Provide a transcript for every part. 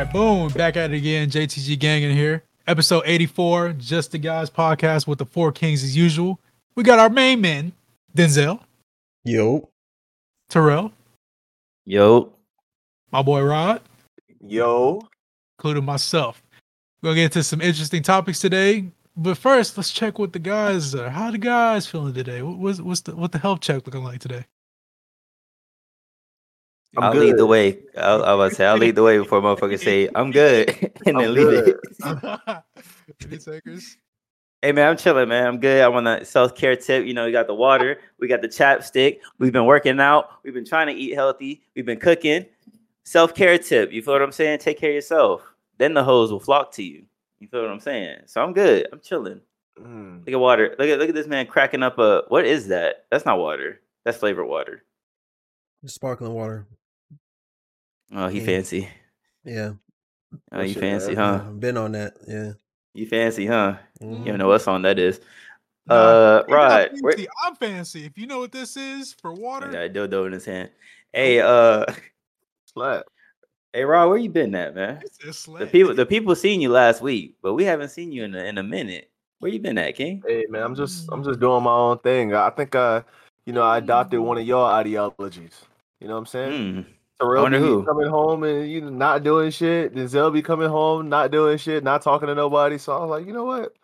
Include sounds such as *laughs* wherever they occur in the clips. Back at it again, JTG Gang in here. Episode 84, Just the Guys podcast with the Four Kings as usual. We got our main men, Denzel, Yo. Terrell, Yo. my boy Rod, Yo. including myself. We're gonna get into some interesting topics today. But first, let's check what the guys are. How the guys feeling today? What was what's the what the health check looking like today? i will lead the way. I'll, I was say I'll lead the way before motherfuckers say I'm good *laughs* and then I'm leave good. it. *laughs* Any takers? Hey man, I'm chilling, man. I'm good. I want a self care tip. You know, we got the water, we got the chapstick. We've been working out. We've been trying to eat healthy. We've been cooking. Self care tip. You feel what I'm saying? Take care of yourself. Then the hoes will flock to you. You feel what I'm saying? So I'm good. I'm chilling. Mm. Look at water. Look at look at this man cracking up a. What is that? That's not water. That's flavored water. Sparkling water. Oh, he Mm. fancy. Yeah. Oh, That you shit fancy, nasty. huh? yeah, Been on that. Yeah. You fancy, huh? Mhm. You don't know what song that is. Nah, uh, You're not Rod, where, fancy. I'm fancy. If you know what this is for I water, got a dildo in his hand. Hey, uh, Slap. hey, Rod, where you been at, man? it's a The slang. people, the people seen you last week, but we haven't seen you in a, in a minute. Where you been at, King? Hey man, I'm just *laughs* I'm just doing my own thing. I think I, you know, I adopted one of your ideologies. You know what I'm saying? Hmm. Terrell wonder be who. coming home and you know, not doing shit. Denzel be coming home, not doing shit, not talking to nobody. So I was like, you know what?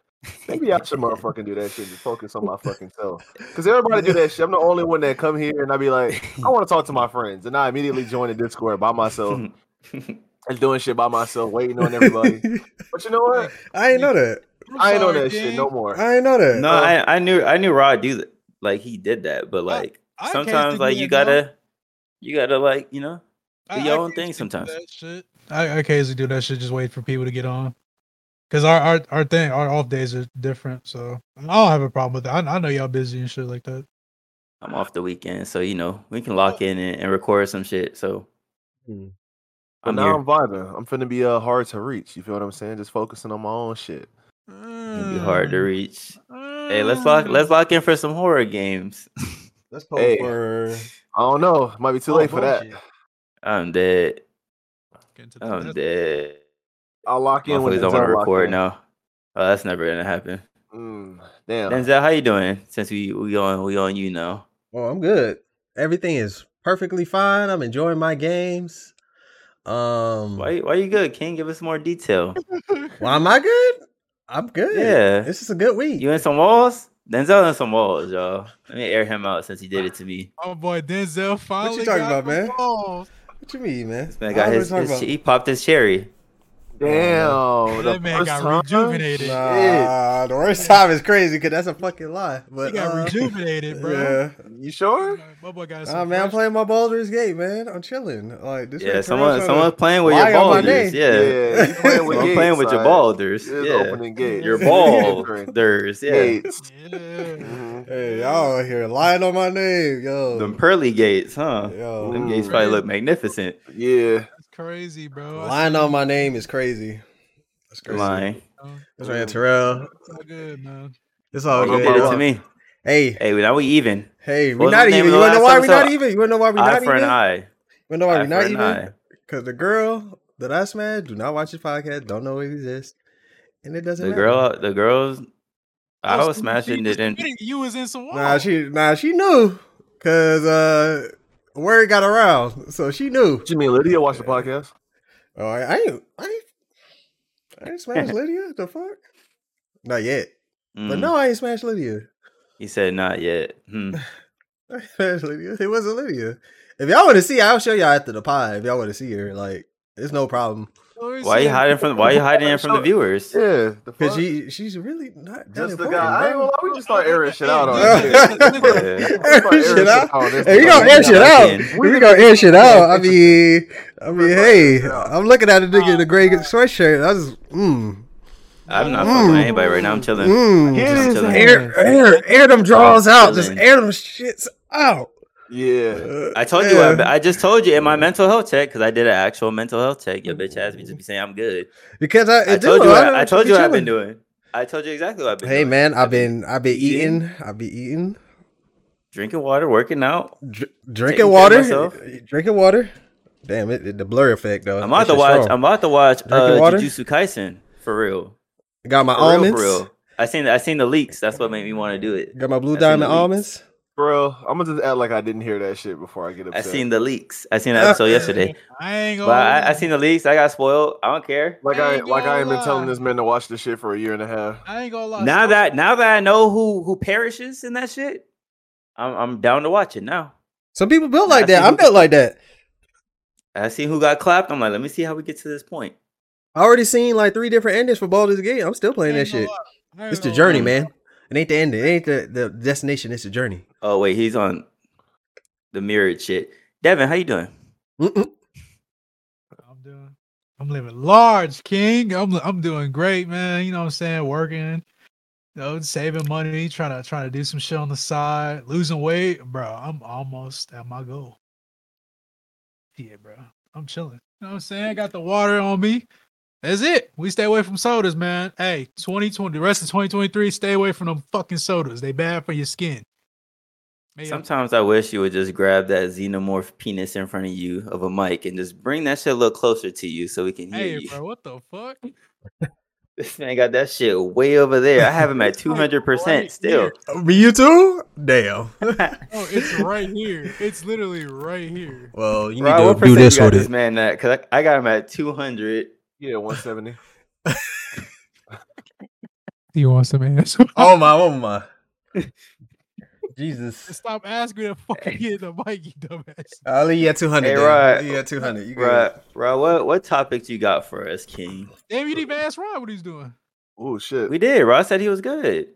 Maybe I should motherfucking do that shit. Just focus on my fucking self. Cause everybody do that shit. I'm the only one that come here and I be like, I want to talk to my friends, and I immediately join the Discord *laughs* by myself and doing shit by myself, waiting on everybody. but you *laughs* know what? I ain't know that. I'm I ain't on sorry, that shit gang. no more. I ain't know that. no, I, I knew, I knew Rod do that. Like he did that, but like I can't sometimes, think like of you that, dog. gotta, you gotta, like you know, I- do I your own occasionally do thing sometimes. that shit. I, I occasionally do that shit. Just wait for people to get on. Cause our, our our thing, our off days are different, so I don't have a problem with that. I, I know y'all busy and shit like that. I'm off the weekend, so you know we can lock in and, and record some shit. So Hmm. Mm. But I'm now here. I'm vibing. I'm finna be uh, hard to reach. You feel what I'm saying? Just focusing on my own shit. It'd be hard to Mm. reach. Hey, let's lock, let's Mm. lock in for some horror games. Let's post Hey. for I don't know. Might be too Oh, late for that. bullshit. I'm dead. Get into the- I'm that's- dead. I'll lock in when Motherfuckers don't Denzel want to lock record in. now. Oh, that's never gonna happen. Mm, damn. Denzel, how you doing? Since we we on we on you now. Oh, I'm good. Everything is perfectly fine. I'm enjoying my games. Um Why why you good, King? Give us more detail. why am I good? I'm good. Yeah. This is a good week. You in some walls? Denzel in some walls, y'all. Let me air him out since he did it to me. My Oh, boy Denzel finally talking got about, the man? balls. what you mean, man? This man I got don't his, know what his you're talking he popped his cherry. Damn. the that man first got time? rejuvenated. Nah. about. Nah, the worst time is crazy because that's a fucking lie. But He got uh, *laughs* rejuvenated, bro. Yeah. You sure? My boy got Nah, some man, I'm fresh- playing my Baldur's Gate, man. I'm chilling. Like this. Yeah, man someone Terrell tryna- someone's playing with lie your on my boulders. name. Yeah. you playing *laughs* with Someone gates, playing with your alright. balders. This is Yeah. opening gate. *laughs* Your Different. balders. *laughs* Yeah. Gates. *laughs* Yeah. Mhm. Hey, y'all out here lying on my name, yo. Them pearly gates, huh? yo. *laughs* Them gates probably look magnificent. Yeah. That's crazy, bro. I Lying see on my name is crazy. That's crazy. Lying. you, bro. That's right, Terrell. It's all good, man. It's Oh, all you Okay. did it good. to me. Hey, Hey, now we even. hey, What we're was not the even. name of You the wanna know last why we're not episode? even? You wanna know why we're Eye not for an even? eye. You know why Eye we're for not an eye. even? Because the girl that I smashed do not watch this podcast, don't know it exists, and it doesn't The matter. girl, the girls, I Oh, was so smashing she it in. admitted You was in some Nah, walls. she nah she knew, cause uh, word got around, so she knew. What you mean Lydia watch the podcast? Oh, I, I ain't, I ain't, I ain't *laughs* smashed Lydia. The fuck? Not yet. But Mm. no, I ain't smashed Lydia. *laughs* He said not yet. Hmm. I ain't smashed Lydia. It wasn't Lydia. If y'all want to see, her, I'll show y'all after the pod. If y'all want to see her, like it's no problem. Or is Why she you hiding from? Why you hiding it from *laughs* the viewers? Yeah. The Cause fuck? she she's really not that Just the important. guy. I ain't bro. gonna lie, we just start airing *laughs* shit out on Yeah. this shit. Yeah. We Air start airing shit out. on this Hey, we shit. gonna air shit out. Fucking- We gonna air shit *laughs* out. I mean, I mean, hey, Yeah. I'm looking at a nigga in a gray Oh, sweatshirt. I was, mm, I'm not fucking with Mm. anybody right now. I'm chilling. mm. Get I'm his chilling. hair. air, air, air them draws out. Just Chilling. air them shits out. Yeah. Uh, I told you. I, yeah. I just told you in my mental health check because I did an actual mental health check. Your bitch ass me just be saying I'm good. because I, I it do, told you. don't I, I told be you what I've been chilling. doing. I told you exactly what I've been. Hey doing. man, I've been I've been Eating. eating, I've been eating, drinking water, working out. dr- care drinking of water, myself. drinking water, Damn it, it- the blur effect though. I'm about That to shit watch. strong. I'm about to watch Drinking uh, water? Jujutsu Kaisen for real. got my For real, almonds. for real. I seen. I seen the leaks. That's what made me want to do it. Got my blue I seen the diamond leaks. almonds. Bro, I'm gonna just act like I didn't hear that shit before I get I upset. seen the leaks. I seen that episode yesterday. I ain't But gonna. I, I seen the leaks. I got spoiled. I don't care. like I Ain't like I ain't gonna been telling lie. this man to watch this shit for a year and a half. I ain't gonna lie. Now Scorp- that now that I know who who perishes in that shit, I'm I'm down to watch it now. Some people built Nah, like I that. seen I'm you- built like that. I see who got clapped. I'm like, let me see how we get to this point. I already seen like three different endings for Baldur's Gate. I'm still playing I that ain't gonna shit. lie. I ain't It's the gonna journey, lie. man. It ain't the end. It ain't the, the destination. It's the journey. Oh wait, he's on the mirrored shit. Devin, how you doing? Mm-mm. I'm doing. I'm living large, King. I'm I'm doing great, man. You know what I'm saying? Working, you know, saving money, trying to trying to do some shit on the side, losing weight, bro. I'm almost at my goal. Yeah, bro. I'm chilling. You know what I'm saying? I got the water on me. That's it. We stay away from sodas, man. Hey, 2020, the rest of 2023, stay away from them fucking sodas. They bad for your skin. Maybe I'm- Sometimes I wish you would just grab that xenomorph penis in front of you of a mic and just bring that shit a little closer to you so we can hear Hey, you. bro, what the fuck? This *laughs* man got that shit way over there. I have him at two hundred percent Right still. here. Uh, Me, you too? Damn. Oh, it's right here. It's literally right here. Well, you need Rob, what to do percent this you got with this it. man at? Cause I, I got him at two hundred. Yeah, 170. Do you want some ass? *laughs* Oh my, oh *laughs* my. Jesus. Stop asking me to fucking get in the mic, you dumbass. I'll leave you at 200. Hey, then. Rod. I'll leave you at 200. You good. Right, right. What what topic you got for us, King? Damn, you didn't even ask Ron what he's doing. Oh shit. We did. Ross said he was good.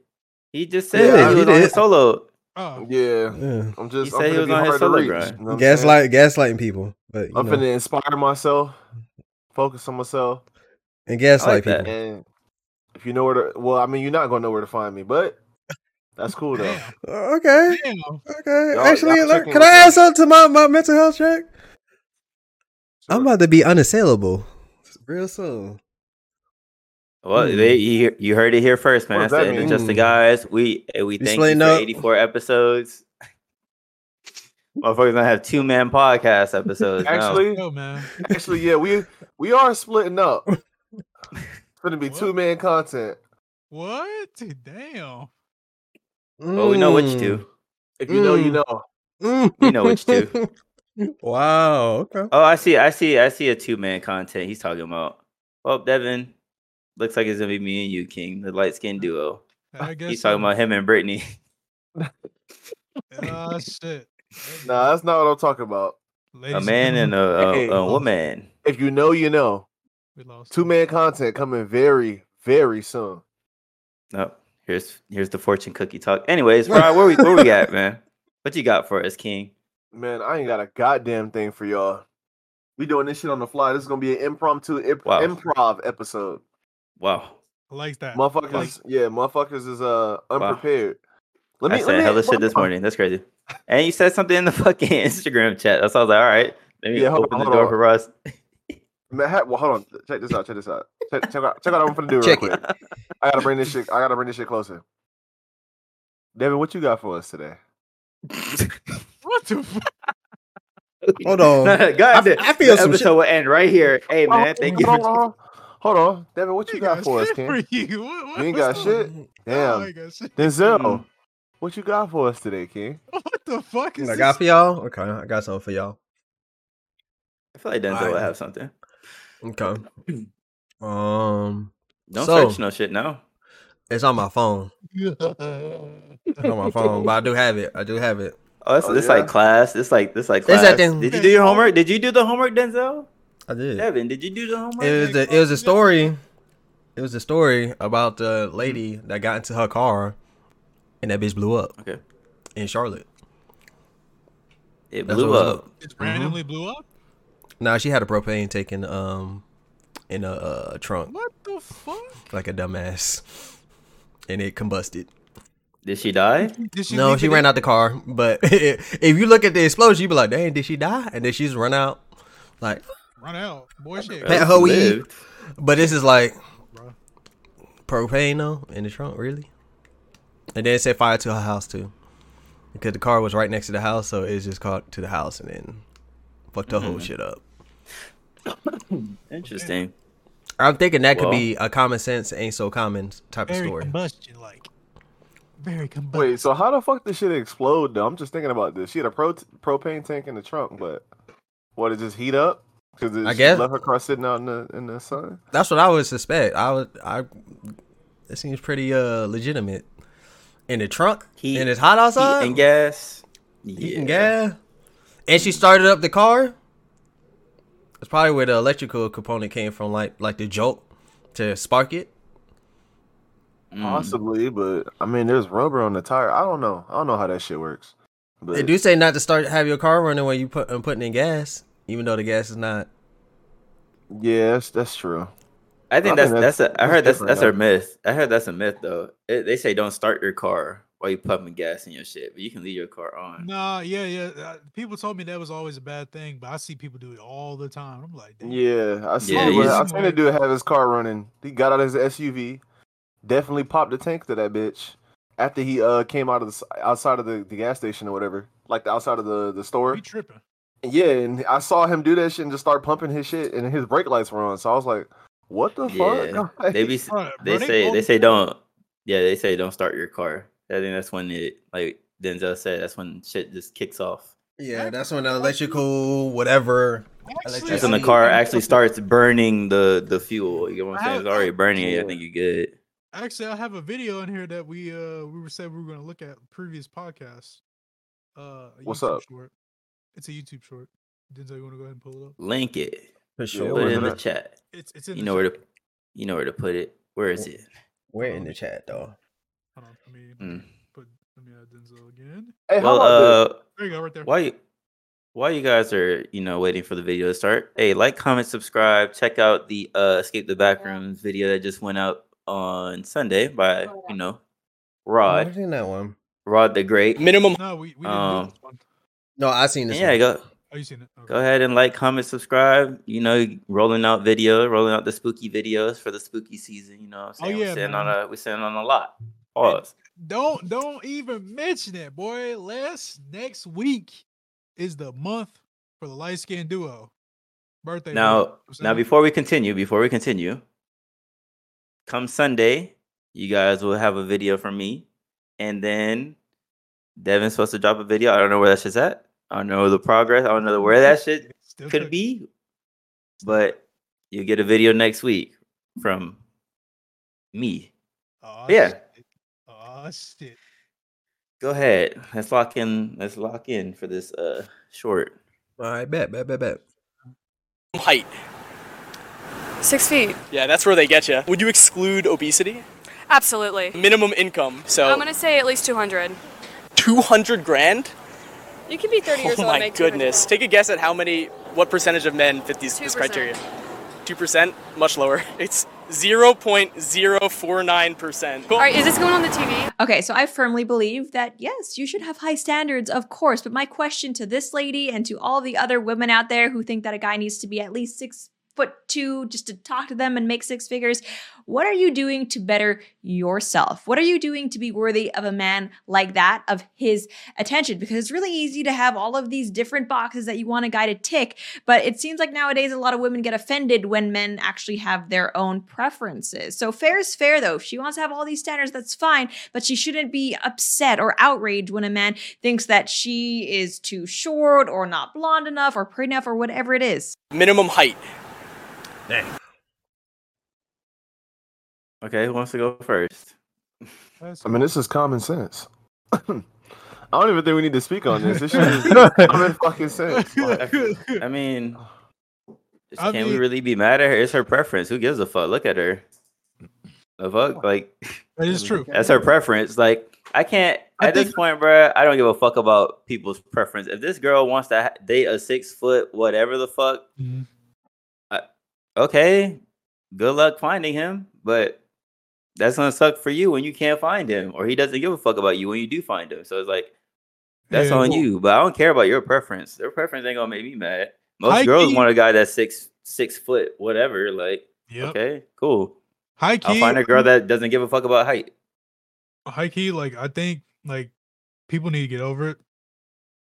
He just said Yeah, he he was on did. his solo. Oh, yeah. Yeah. I'm just He I'm said he gonna was be on his hard to solo reach. grind. you know what I'm saying? Gaslight, gaslighting people, but you I'm know, finna inspire myself, focus on myself, and gaslight that. people. and if you know where to well, I mean you're not gonna know where to find me, but that's cool *laughs* though. damn. Uh, Okay, damn. okay. Y'all- Actually, y'all look, checking can I with add something to my, my mental health check? I'm Sure. about to be unassailable real soon. Well, Hmm. they, you hear- you heard it here first, man. What does That's the that end of mean? just the Hmm. guys. We eh, we thank you splitting for up? eighty four episodes. Motherfuckers gonna have two man podcast episodes. now. Actually, Yo, man. *laughs* actually, yeah, we we are *laughs* splitting up. It's gonna be two man content. What? Damn. well, we know what you do. If you know, you Mm. know. Mm. We know what you do. Mm. *laughs* wow. Okay. Oh, I see, I see, I see a two man content. He's talking about. Well, Devin looks like it's gonna be me and you, King, the light skinned duo. I guess *laughs* He's talking about him and Brittany. Oh *laughs* shit. Nah, that's not what I'm talking about. Ladies a man and gentlemen, a, a, Hey. a woman. If you know, you know. we lost Two him. man content coming very, very soon. No, Oh, here's here's the fortune cookie talk. Anyways, Ryan, where we where we at, man? What you got for us, King? Man, I ain't got a goddamn thing for y'all. We doing this shit on the fly. This is gonna be an impromptu imp- Wow. improv episode. Wow, I like that. Motherfuckers, Like- yeah, motherfuckers is uh unprepared. Let I said hella shit this hold on. morning. That's crazy. And you said something in the *laughs* fucking Instagram chat. That's why I was like, all right, let me Yeah, hold open on, the hold door on. for us. *laughs* Man, ha- well, hold on. Check this out. Check this out. Check, check out. Check out. what I'm finna do real Check quick. I gotta bring this shit. I gotta bring this shit closer. Devin, what you got for us today? *laughs* What the fuck? Hold *laughs* on. guys, I- I feel the some shit. episode will end right here. Hey man, thank you. Hold For- on, hold on, Devin. What you You got got for us, shit Ken? for you. What, what, You ain't got what's the- shit. Oh, I Damn, ain't got shit. *laughs* Denzel, Mm. what you got for us today, King? What the fuck is What I this? got for y'all? Okay, I got something for y'all. I feel like Denzel Alright. will have something. Okay. *clears throat* Um, Don't So- search no shit now. it's on *laughs* my phone. It's on Hold my phone, but I do have it. I do have it. Oh, it's, Oh, it's yeah? like class. It's like this like It's class. that thing. Did you do your homework? Did you do the homework, Denzel? I did. Devin, did you do the homework? It was a, it was a story. It was a story about the lady that got into her car, and that bitch blew up okay. in Charlotte. It That's blew what it was up. about. It randomly blew up? Now she had a propane tank in um in a uh, trunk What the fuck? like a dumbass, and it combusted. Did she die? Did she no, leave she it ran in- out the car. But *laughs* if you look at the explosion, you be like, "Dang, did she die?" And then she's run out. Like, Run out. Boy, shit. Pat Hoey. Lived. but this is like Bro. propane though in the trunk, really. And then it set fire to her house too, Mm-hmm. because the car was right next to the house, so it just caught to the house and then fucked the whole shit up. Interesting. I'm thinking that could Well. be a common sense, ain't so common type of Very story. combustion like. Very combustion. Wait, so how the fuck did shit explode though? I'm just thinking about this. She had a pro- propane tank in the trunk, but what? It just heat up because I guess- let her car sitting out in the in the sun. That's what I would suspect. I would. I. It seems pretty uh legitimate. In the trunk, Heat- and it's hot outside. Heat and gas. Heat and Yeah. gas. And she started up the car. That's probably where the electrical component came from, like like the jolt to spark it. Hmm. Mm. Possibly, but I mean, there's rubber on the tire. I don't know. I don't know how that shit works. But They do say not to start have your car running when you put um, putting in gas, even though the gas is not. yeah, that's, that's true. I think I that's think that's, a. I heard that's different, that's a though. myth. I heard that's a myth though. It, they say don't start your car while you pumping gas in your shit, but you can leave your car on. Nah, yeah, yeah. uh, People told me that was always a bad thing, but I see people do it all the time. I'm like, damn. Yeah, I see. Yeah, but he's- I seen a dude have his car running. He got out of his SUV, definitely popped the tank to that bitch after he uh came out of the s- outside of the, the gas station or whatever, like the outside of the the store. you tripping? Yeah, and I saw him do that shit and just start pumping his shit, and his brake lights were on. So I was like, "What the Yeah, fuck?" *laughs* they be Bruh, they bruh, say told they me- say don't. Yeah, they say don't start your car. I think that's when it like Denzel said. That's when shit just kicks off. Yeah, that's when the electrical whatever. Actually, That's I when the mean- car actually starts burning the the fuel. You get what I'm I saying? It's have- already burning. it. I Yeah. think you're good. Actually, I have a video in here that we uh we were said we were going to look at previous podcasts. Uh, a What's YouTube up? Short. It's a YouTube short. Denzel, you want to go ahead and pull it up? Link it. For Yeah, sure. Put where's it in it the at? chat. It's it's in. You the know where chat. to you know where to put it. Where is it? We're in the chat though. Hold on, let me Mm. put let me add Denzel again. hey, how Well, about this? uh. There you go, right there. Why you while you guys are, you know, waiting for the video to start, hey, like, comment, subscribe, check out the uh Escape the Backrooms video that just went out on Sunday by, you know, What Rod. is in that one? Rod the Great. Minimum. No, we we didn't Um, do this one. No, I seen And this. yeah, one. go Oh, you seen it? Okay. go ahead and like, comment, subscribe. You know, rolling out video, rolling out the spooky videos for the spooky season, you know what I'm Oh, saying? yeah, we're sitting on man. a we're sitting on a lot. Pause. Don't don't even mention it, boy. Less next week is the month for the light skinned duo birthday. bro. Now- You know what I'm Now, saying? before we continue, before we continue, come Sunday, you guys will have a video from me, and then Devin's supposed to drop a video. I don't know where that shit's at. I don't know the progress. I don't know where that shit Still could cook- be, but you get a video next week from me. Aw, yeah. shit. Aw, shit. Go ahead. Let's lock in. Let's lock in for this uh short. All right, bet, bet, bet, bet. Height. Six feet. Yeah, that's where they get you. Would you exclude obesity? Absolutely. Minimum income. So I'm gonna say at least 200. 200 grand? You could be 30 years oh old. my and make 200 goodness. grand. Take a guess at how many, what percentage of men fit these, this 2%. criteria? 2%? Much lower. It's 0.049%. Cool. All right, is this going on the TV? Okay, so I firmly believe that yes, you should have high standards, of course. But my question to this lady and to all the other women out there who think that a guy needs to be at least six foot two just to talk to them and make six figures what are you doing to better yourself? What are you doing to be worthy of a man like that, of his attention? Because it's really easy to have all of these different boxes that you want a guy to tick. But it seems like nowadays a lot of women get offended when men actually have their own preferences. So fair is fair, though. If she wants to have all these standards, that's fine. But she shouldn't be upset or outraged when a man thinks that she is too short or not blonde enough or pretty enough or whatever it is. Minimum height. Okay, who wants to go first? That's uh, I mean, this is common sense. *laughs* I don't even think we need to speak on this. *laughs* This shit is common I *laughs* fucking sense. Like, *clears throat* I mean, *sighs* I can we mean- really be mad at her? It's her preference. Who gives a fuck? Look at her. The fuck, like That is true. that's her preference. Like I can't I at this think- point, bruh, I don't give a fuck about people's preference. If this girl wants to ha- date a six foot whatever the fuck, Mhm. okay, good luck finding him. But that's gonna suck for you when you can't find him, or he doesn't give a fuck about you when you do find him. So it's like that's Yeah, on well- you. But I don't care about your preference. Their preference ain't gonna make me mad. Most High girls key- want a guy that's six six foot whatever. Like Yep. okay, cool. High key. I'll find a girl that doesn't give a fuck about height. high key, like I think like people need to get over it.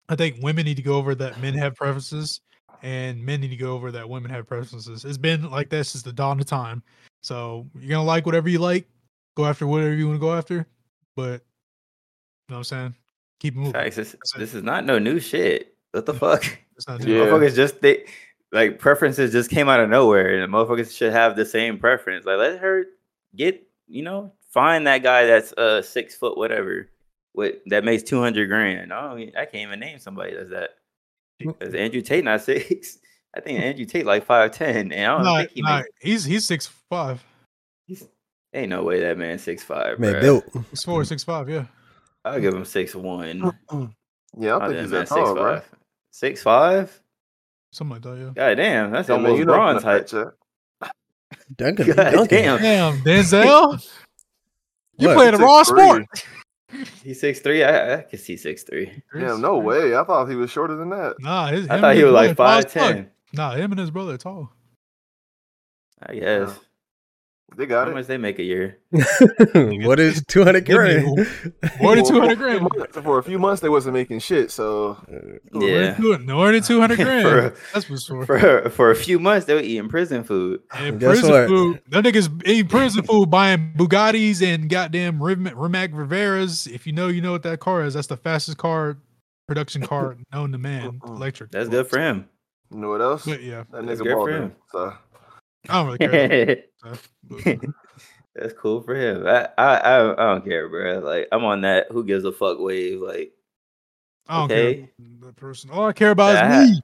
I think women need to go over that men have preferences and men need to go over that women have preferences. It's been like that since the dawn of time. So you're gonna like whatever you like, go after whatever you want to go after, but you know what I'm saying? Keep it moving. Facts. This, That's it. this is not no new shit. *laughs* What the fuck? It's not Yeah. Motherfuckers just they like preferences just came out of nowhere, and motherfuckers should have the same preference. Like let her get you know find that guy that's uh six foot whatever with that makes two hundred grand. I don't, e- I can't even name somebody that's that. Because Andrew Tate not *laughs* six. I think Andrew Tate like five ten, and I don't Nah, think he nah, make- he's he's six five. ain't no way that man six five. Man, bruh. built. Six four, six five, yeah. I'll give him six one. Yeah, I think he's that tall, bro. Six five. Something like that, yeah. God damn, that's Yeah, man, almost you know I'm bronze gonna height. catch up. Duncan, *laughs* God Duncan. damn, Damn, *laughs* Denzel. you Look, playing the Six wrong three. sport. he's six three. I, I can see six three. Damn, no way. I thought he was shorter than that. Nah, his, I him thought and he his was like brother tall as five fuck. ten. Nah, him and his brother are tall. I guess. They How got it. much they make a year? *laughs* what is 200 grand? More than Well, two hundred for a few grand. months- For a few months, they wasn't making shit. So *laughs* Yeah. More than two hundred grand. *laughs* For a- That's for sure. For for a few months, they were eating prison food. And Guess prison what? food. Them niggas eating prison food, buying Bugattis and goddamn Rim- Rimac Riveras. If you know, you know what that car is. That's the fastest car *laughs* production car known to man. Mm-mm. Electric. That's good for him. you know what else? But yeah, That That's nigga good for balled. him. So I don't really care. *laughs* That's about stuff, but- cool for him. I, I I I don't care, bro. Like I'm on that. Who gives a fuck wave? Like I don't Okay. care about that person. All I care about Yeah, I is had- me.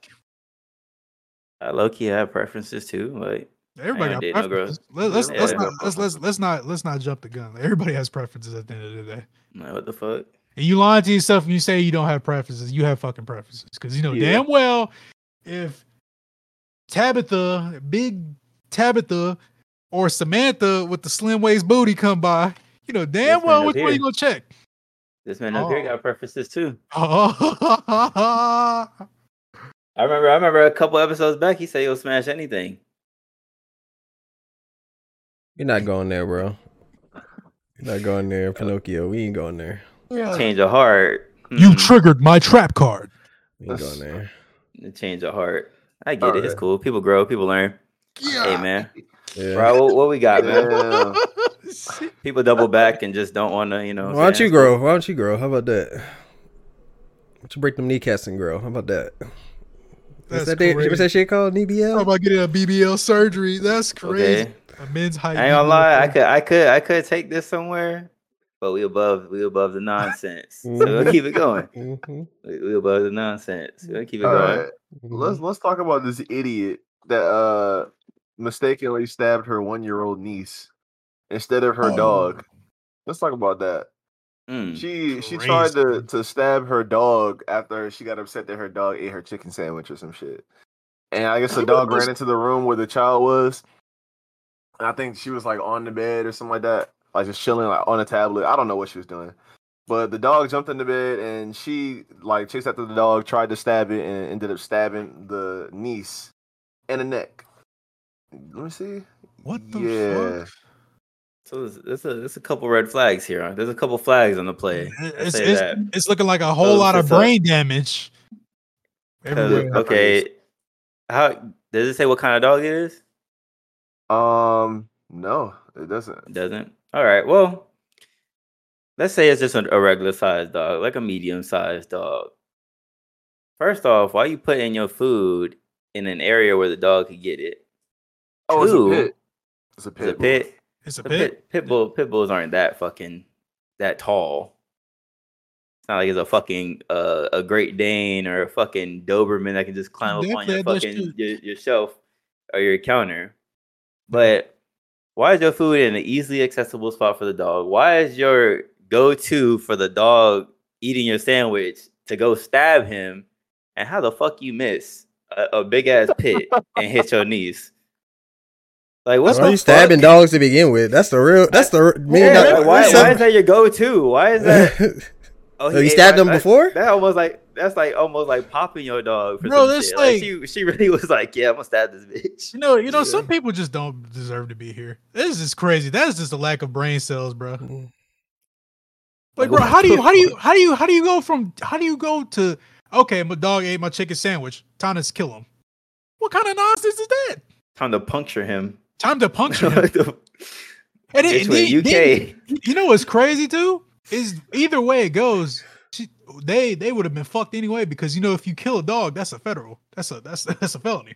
I low key have preferences too. Like Everybody I got did no preferences. Let, us let's, Yeah. not, let's, let's, let's not let's not jump the gun. Everybody has preferences at the end of the day. like, what the fuck? And you lying to yourself and you say you don't have preferences. You have fucking preferences because you know damn well if Tabitha, big Tabitha, or Samantha with the slim waist booty come by, you know damn This man well up which one here. you gonna check. *laughs* This man up here Oh. got preferences too. Oh, I remember I remember a couple episodes back he said he'll smash anything. You're not going there, bro. You're not going there, Pinocchio. We ain't going there. Change of heart. you Mm, triggered my trap card. We ain't going there. the change of heart. I get it. It's Alright. cool. People grow, people learn. Hey man. Yeah. Bro, what, what we got, man? damn. People double back and just don't wanna, you know. what I'm Why don't you saying? grow? Why don't you grow? How about that? Why don't you break them kneecaps and grow? How about that? That's What's that, they, what's crazy. that shit called? Talking NBL? about getting a BBL surgery. That's crazy. Okay. A men's height. I ain't gonna BBL lie, I surgery. could I could I could take this somewhere, but we above we above the nonsense. so we'll keep it going. Mhm, We, we above the nonsense. We'll keep it All going. right. mhm. Let's let's talk about this idiot that uh mistakenly stabbed her one year old niece instead of her Oh. dog. Let's talk about that. Mm. She she tried to, Crazy. to stab her dog after she got upset that her dog ate her chicken sandwich or some shit. And I guess the She dog was- ran into the room where the child was. And I think she was like on the bed or something like that. Like just chilling like on a tablet. I don't know what she was doing. But the dog jumped in the bed and she like chased after the dog, tried to stab it, and ended up stabbing the niece in the neck. Let me see. What the Yeah. fuck? So there's, there's a there's a couple red flags here. huh? There's a couple flags on the play. It- I It's, say it's, that. it's looking like a whole Those lot of is up. brain damage. 'Cause, Everywhere. okay, how does it say what kind of dog it is? Um no, it doesn't. It doesn't. All right. Well, let's say it's just a, a regular sized dog, like a medium sized dog. First off, why you putting your food in an area where the dog could get it? Oh, it's a Two. pit. It's a pit. It's a bull. pit. It's a The pit. pit, pit bull pit bulls aren't that fucking that tall. It's not like it's a fucking uh, a Great Dane or a fucking Doberman that can just climb up on your Definitely, that's fucking true. your, your shelf or your counter. But why is your food in an easily accessible spot for the dog? Why is your go-to for the dog eating your sandwich to go stab him? And how the fuck you miss a, a big ass pit and hit your knees? Like what Why the are you stabbing fuck? dogs to begin with? That's the real. That's the million Yeah, dollar- like, why, that's why is some- that your go-to? Why *laughs* is that? Oh, Oh, you ate stabbed my- him that- before? That almost like that's like almost like popping your dog for Bro, some that's shit. Like, like- she she really was like, yeah, I'm gonna stab this bitch. You know, you know, Yeah. some people just don't deserve to be here. This is crazy. That is just a lack of brain cells, bro. Like, bro, how do *laughs* you, how do you, how do you, how do you go from, how do you go to, okay, my dog ate my chicken sandwich. Time to kill him. What kind of nonsense is that? Time to puncture *laughs* him. *laughs* Time to puncture him. Like the- And it- Bitch with then- then- UK. you know what's crazy too is either way it goes, she, they they would have been fucked anyway because you know if you kill a dog, that's a federal. That's a that's *laughs* that's a felony.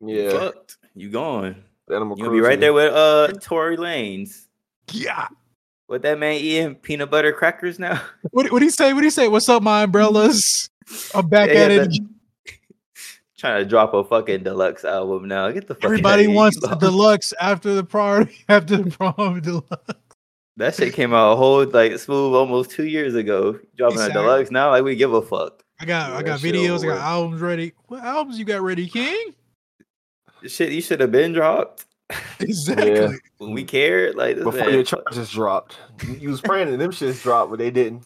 Yeah, Fucked. You gone. animal You'll be right there with uh Tory Lanes. Yeah. What that man eating peanut butter crackers now? *laughs* What what he say? What he say? What's up, my umbrellas? I'm back Yeah, at it. that- *laughs* Trying to drop a fucking deluxe album now. Get the fuck Everybody outta here, *laughs* *laughs* wants you the bum. deluxe after the priority *laughs* after the prom deluxe. That shit came out a whole like smooth almost two years ago. Dropping Exactly. a deluxe now, like we give a fuck. I got Yeah, I that got shit videos, I over got with. albums ready. What albums you got ready, King? *laughs* Shit, you should have been dropped Exactly. when we cared. Like this before man- your charges dropped. You- You was praying and them shits dropped, but they *laughs* didn't.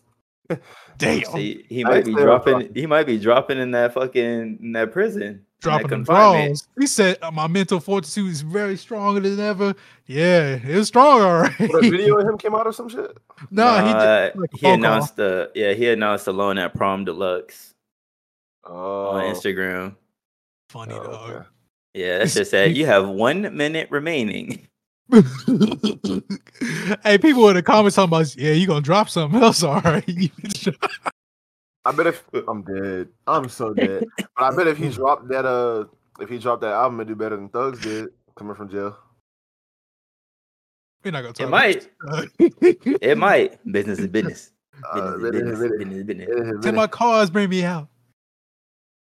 Damn. See, he I might ain't be saying I'm dropping. He might be dropping in that fucking in that prison. in that dropping them confinement. draws. He said uh, my mental fortitude is very stronger than ever. Yeah, it's strong, all What, a *laughs* right. video of him came out or some shit. no, he just, like, "Oh, Nah, Uh, he phone call. announced the yeah he announced the loan at prom deluxe Oh, on Instagram. funny Oh, dog. okay. Yeah, that He's- shit said he- you have one minute remaining. *laughs* hey, people in the comments talking about, yeah, you gonna drop *laughs* something else, all right? You drop- I *laughs* bet if I'm dead, I'm so dead. But I bet if he dropped that, uh, if he dropped that album, it'd do better than Thugs did coming from jail. We're not gonna talk. It might. about *laughs* It might. Business is business. Uh, Business is it business. is- it is- Business is business. it is- it Till my cars bring me out.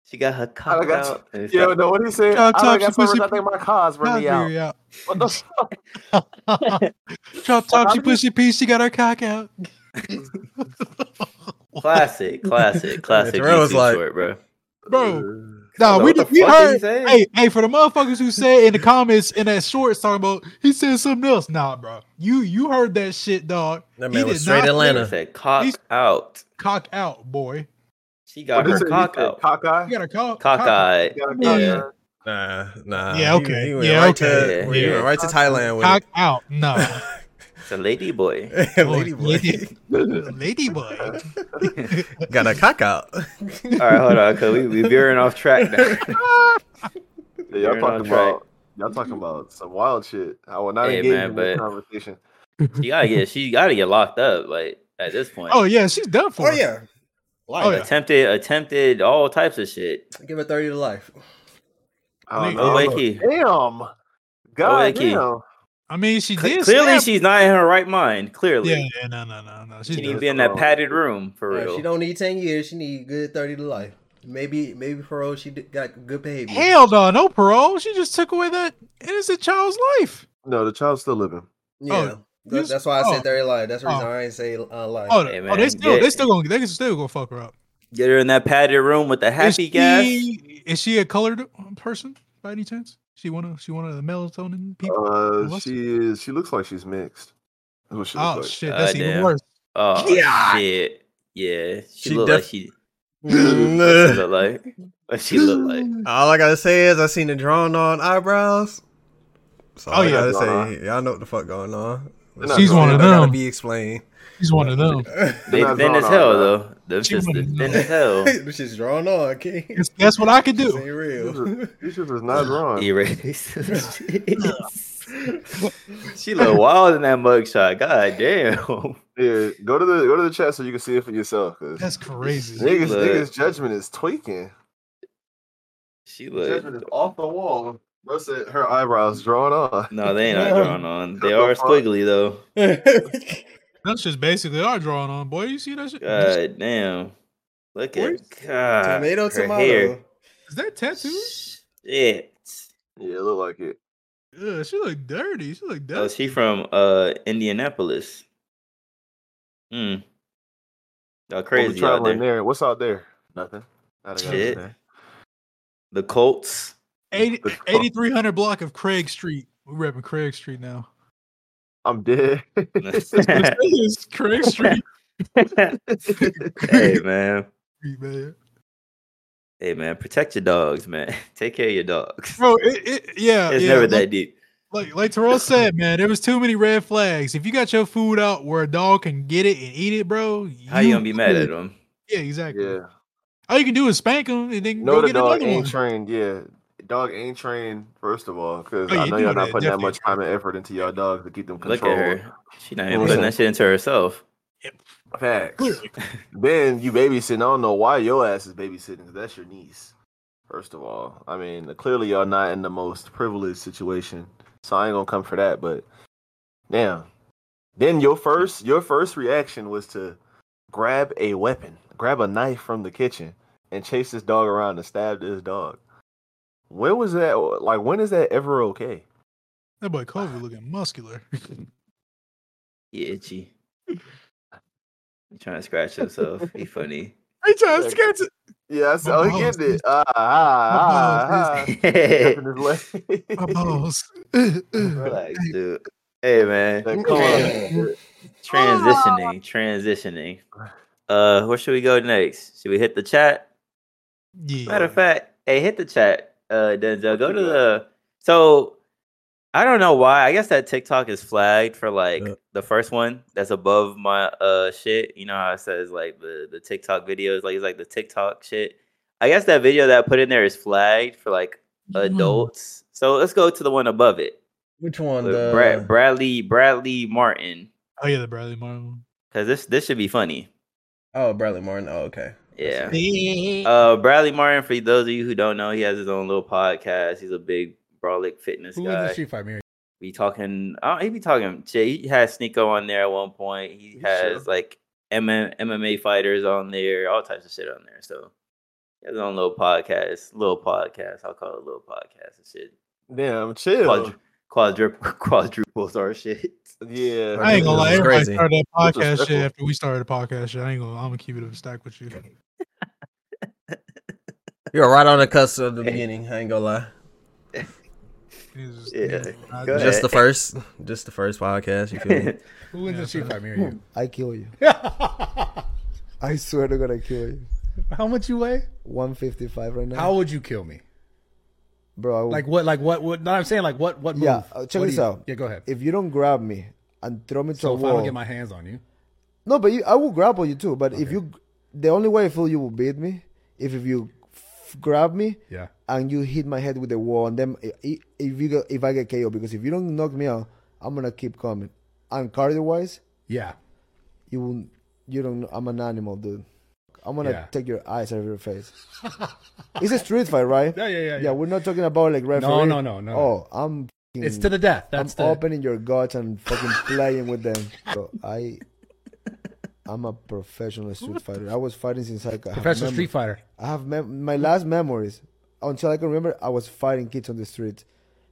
She got her cock got you. out. and is- Yo, stuff. no, what he said? Drop I top, don't got she pussy- service. I think my cars Cars run me out. What the fuck? Drop top, she pushed your piece. She got her cock out. Classic, classic, classic. Terrell was YouTube like- short, bro. Bro, Like, nah, we, what we the fuck is he heard. saying? Hey, hey, for the motherfuckers who said in the comments in that shorts talking about he said something else. Nah, bro, you you heard that shit, dog. That He man did was straight not He Atlanta. said cock He's- out. Cock out, boy. She What got he her said? He cock said out. You Cockeye. got a cock. Cock out. He got a Yeah. cockeye. Nah, nah. Yeah, He- okay. He, went Yeah, right okay. to, he Yeah. went right to Thailand with Cock out. No, It's a lady boy. it. *laughs* Lady Oh, boy. lady boy. Got a cock out. All right, hold on, cause we we veering off track now. Yeah, y'all You're on talking track. about y'all talking Mm-hmm. about some wild shit. I will not Hey, engage man, in this but- conversation. she gotta get she gotta get locked up. Like at this point. Oh yeah, she's done for. Oh, yeah. attempted attempted all types of shit. Give her 30 to life. I Wait, don't Oh, Oh, know. wait, look. Key. Damn. God Wakey. damn. I mean, she Cle- did. clearly snap. she's not in her right mind. Clearly, Yeah, yeah, no, no, no, no. She's she done. needs to does be in that wrong. padded room for Yeah, real. she don't need 10 years. She need a good 30 to life. Maybe maybe parole, she did, got good behavior. Hell no, no parole. She just took away that innocent child's life. No, the child's still living. Yeah. Oh, That- you- that's why I oh. said 30 life. That's the reason Oh. I ain't say uh, life. *laughs* Oh, Hey, no. oh man, they still, yeah. they still gonna, they still gonna fuck her up. Get her in that padded room with the Is happy gas. she- Is she a colored person by any chance? She one of, she one of the melatonin people. Uh, What's- she is. She looks like she's mixed. That's what she looks oh like. shit, that's even Goddamn. worse. Oh Yeah. shit! Yeah, she, She look def- like she. *laughs* What she look like? What she look like? All I gotta say is I seen the drawn on eyebrows. So all Oh, I yeah. gotta Drawn say, y'all know what the fuck going on. They're not She's drawn one of on. That gotta them. be explained. She's one of them. They not thin drawn as on, hell bro. though. Them She just wouldn't thin know. as *laughs* *laughs* hell. This is drawn on, King. That's- That's what I could This *laughs* do. *laughs* ain't real. This shit *laughs* is not wrong. Erase. *laughs* she look wild in that mugshot. God damn. *laughs* Yeah, go to the go to the chat so you can see it for yourself. 'cause That's crazy. niggas, Look. niggas judgment is tweaking. She Judgment look. is off the wall. Bro said her eyebrows drawn on. *laughs* No, they ain't not drawn on. They Go are for it. squiggly though. That's just basically our drawing on, boy. You see that shit? God damn. Look at God, tomato, her tomato. hair. Is that tattoos? Shit. *laughs* Yeah, look like it. Yeah, she look dirty. She look Oh, dirty. she from uh Indianapolis. Hmm. Y'all What we crazy out traveling there. there. What's out there? Nothing. Not a Shit. goddamn The Colts. 80 thing. 8300 block of Craig Street. We're repping Craig Street *laughs* now. I'm dead. it's Craig Street, *laughs* hey man. man. Hey man, protect your dogs, man. *laughs* Take care of your dogs. Bro, it, it yeah. It's yeah, never like- that deep. Like like Terrell said, man, there was too many red flags. If you got your food out where a dog can get it and eat it, bro, How you gonna be mad at them? Yeah, exactly. yeah. All you can do is spank them and then No, go the get dog another ain't one. trained. Yeah. dog ain't trained. First of all, because Oh, I you know do y'all that, not putting that definitely. much time and effort into y'all dogs to keep them Look controlled. at her. She not even Yeah. putting that shit into herself. Facts. Clearly. then you babysitting. I don't know why your ass is babysitting. 'cause that's your niece. First of all, I mean, clearly y'all not in the most privileged situation, so I ain't gonna come for that. But damn, then your first your first reaction was to grab a weapon, grab a knife from the kitchen, and chase this dog around and stab this dog. When was that? Like, when is that ever okay? That boy Kobe looking muscular. *laughs* He itchy. He trying to scratch himself. He funny. He trying Yeah. to scratch it. Yeah, I My said, he balls getting is- it. Ah, ah, balls ah, ah. Relax, *laughs* My balls. *laughs* dude. Hey man. Like, come Mm-hmm. on. Transitioning. Transitioning. Uh where should we go next? Should we hit the chat? Yeah. Matter of fact, hey, hit the chat, uh, Denzel. Go to the. So, I don't know why. I guess that TikTok is flagged for like Yeah. the first one that's above my uh shit. You know how it says like the the TikTok videos, like it's like the TikTok shit. I guess that video that I put in there is flagged for like adults. So let's go to the one above it. Which one? with The Brad, Bradley Bradley Martin, oh yeah, the Bradley Martin. because this this should be funny. Oh, Bradley Martin. Oh, okay. Yeah. one. *laughs* Uh, Bradley Martin. For those of you who don't know, he has his own little podcast. He's a big brolic fitness Who is guy. the Street Fight Mary? be talking. I don't, he be talking. Jay, he has Sneeko on there at one point. He You has sure? like MM, MMA fighters on there, all types of shit on there. So he has his own little podcast, little podcast. I'll call it little podcast and shit. Damn, chill. Quadru- *laughs* quadruple, quadruples our shit. Yeah, I ain't gonna lie, It's everybody crazy. started that It's podcast shit respectful. after we started the podcast shit. I ain't gonna I'm gonna keep it a stack with you. You're right on the cusp of the beginning. I ain't gonna lie. It's just- Yeah, I- go Just ahead. the first, just the first podcast. You feel me? Who wins Yeah, the street so- fight, Miriam? hmm, I *laughs* kill you. How I swear to God, I kill you. much you weigh? 155 right now. How would you kill me? Bro, I would- Like what? Like what? What? No, I'm saying like what? What move? Yeah, uh, check What do this you- out. Yeah, go ahead. if you don't grab me and throw me to so a if I don't wall, get my hands on you, no, but you, I will grapple you too. But if you, the only way I feel you will beat me if if you f- grab me yeah, and you hit my head with the wall, and then i- i- if you go, if I get KO because if you don't knock me out, I'm gonna keep coming. And cardio wise, yeah. you will, you don't. I'm an animal, dude. I'm gonna Yeah. take your eyes out of your face. *laughs* it's a street fight, right? Yeah, yeah, yeah, Yeah, yeah. we're not talking about like referee. no, no, no. Oh, I'm. It's f***ing- to the death. I'm That's the. opening your guts and fucking playing *laughs* with them. So I, I'm a professional street fighter. I was fighting since I have Professional mem- Street Fighter. I have mem- my last memories until I can remember. I was fighting kids on the street,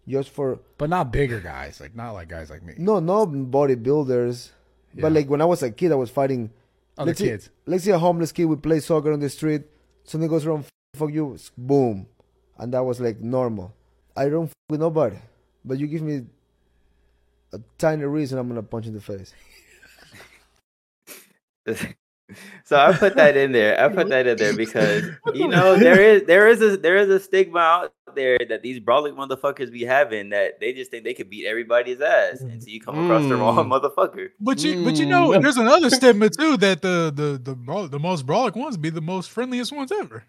just for But not bigger guys, like not like guys like me. no, no bodybuilders. Yeah. But like when I was a kid, I was fighting Other let's kids. See, let's see a homeless kid. We play soccer on the street. Something goes wrong. f- Fuck you. s- Boom, and that was like normal. I don't f- with nobody, but you give me a tiny reason, I'm gonna punch you in the face. so I put that in there. I put that in there because you know there is there is a there is a stigma out there that these brawling motherfuckers be having that they just think they could beat everybody's ass until you come across the wrong motherfucker. But you, but you know, there's another stigma too that the the the brawl- the most brolic ones be the most friendliest ones ever.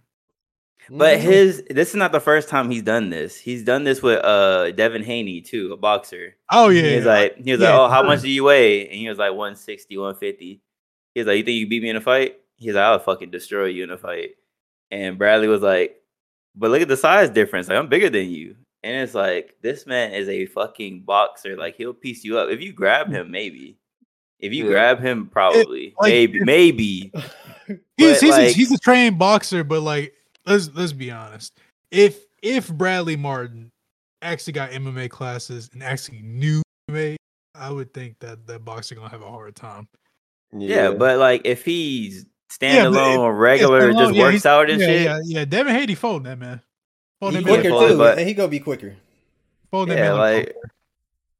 But his this is not the first time he's done this. He's done this with uh Devin Haney too, a boxer. Oh He yeah, was like he was Yeah. like, "Oh, how much do you weigh?" And he was like 160, 150. He was like, "You think you beat me in a fight?" He's like, "I'll fucking destroy you in a fight." And Bradley was like, "But look at the size difference. Like I'm bigger than you." And it's like this man is a fucking boxer. Like he'll piece you up if you grab him. Maybe if you Yeah. grab him, probably like, maybe if- maybe. *laughs* he's but, he's, a, like- he's a trained boxer, but like let's let's be honest. If if Bradley Martin actually got MMA classes and actually knew MMA, I would think that that boxer gonna have a hard time. Yeah, but like if he's standalone, if- regular, Stallone, just yeah, works he's- out and yeah, shit. yeah, yeah. Devin Haney folding that man. Folding that man, quicker like, Fold it, too, but- and he gonna be quicker. folding that Yeah, man like, like,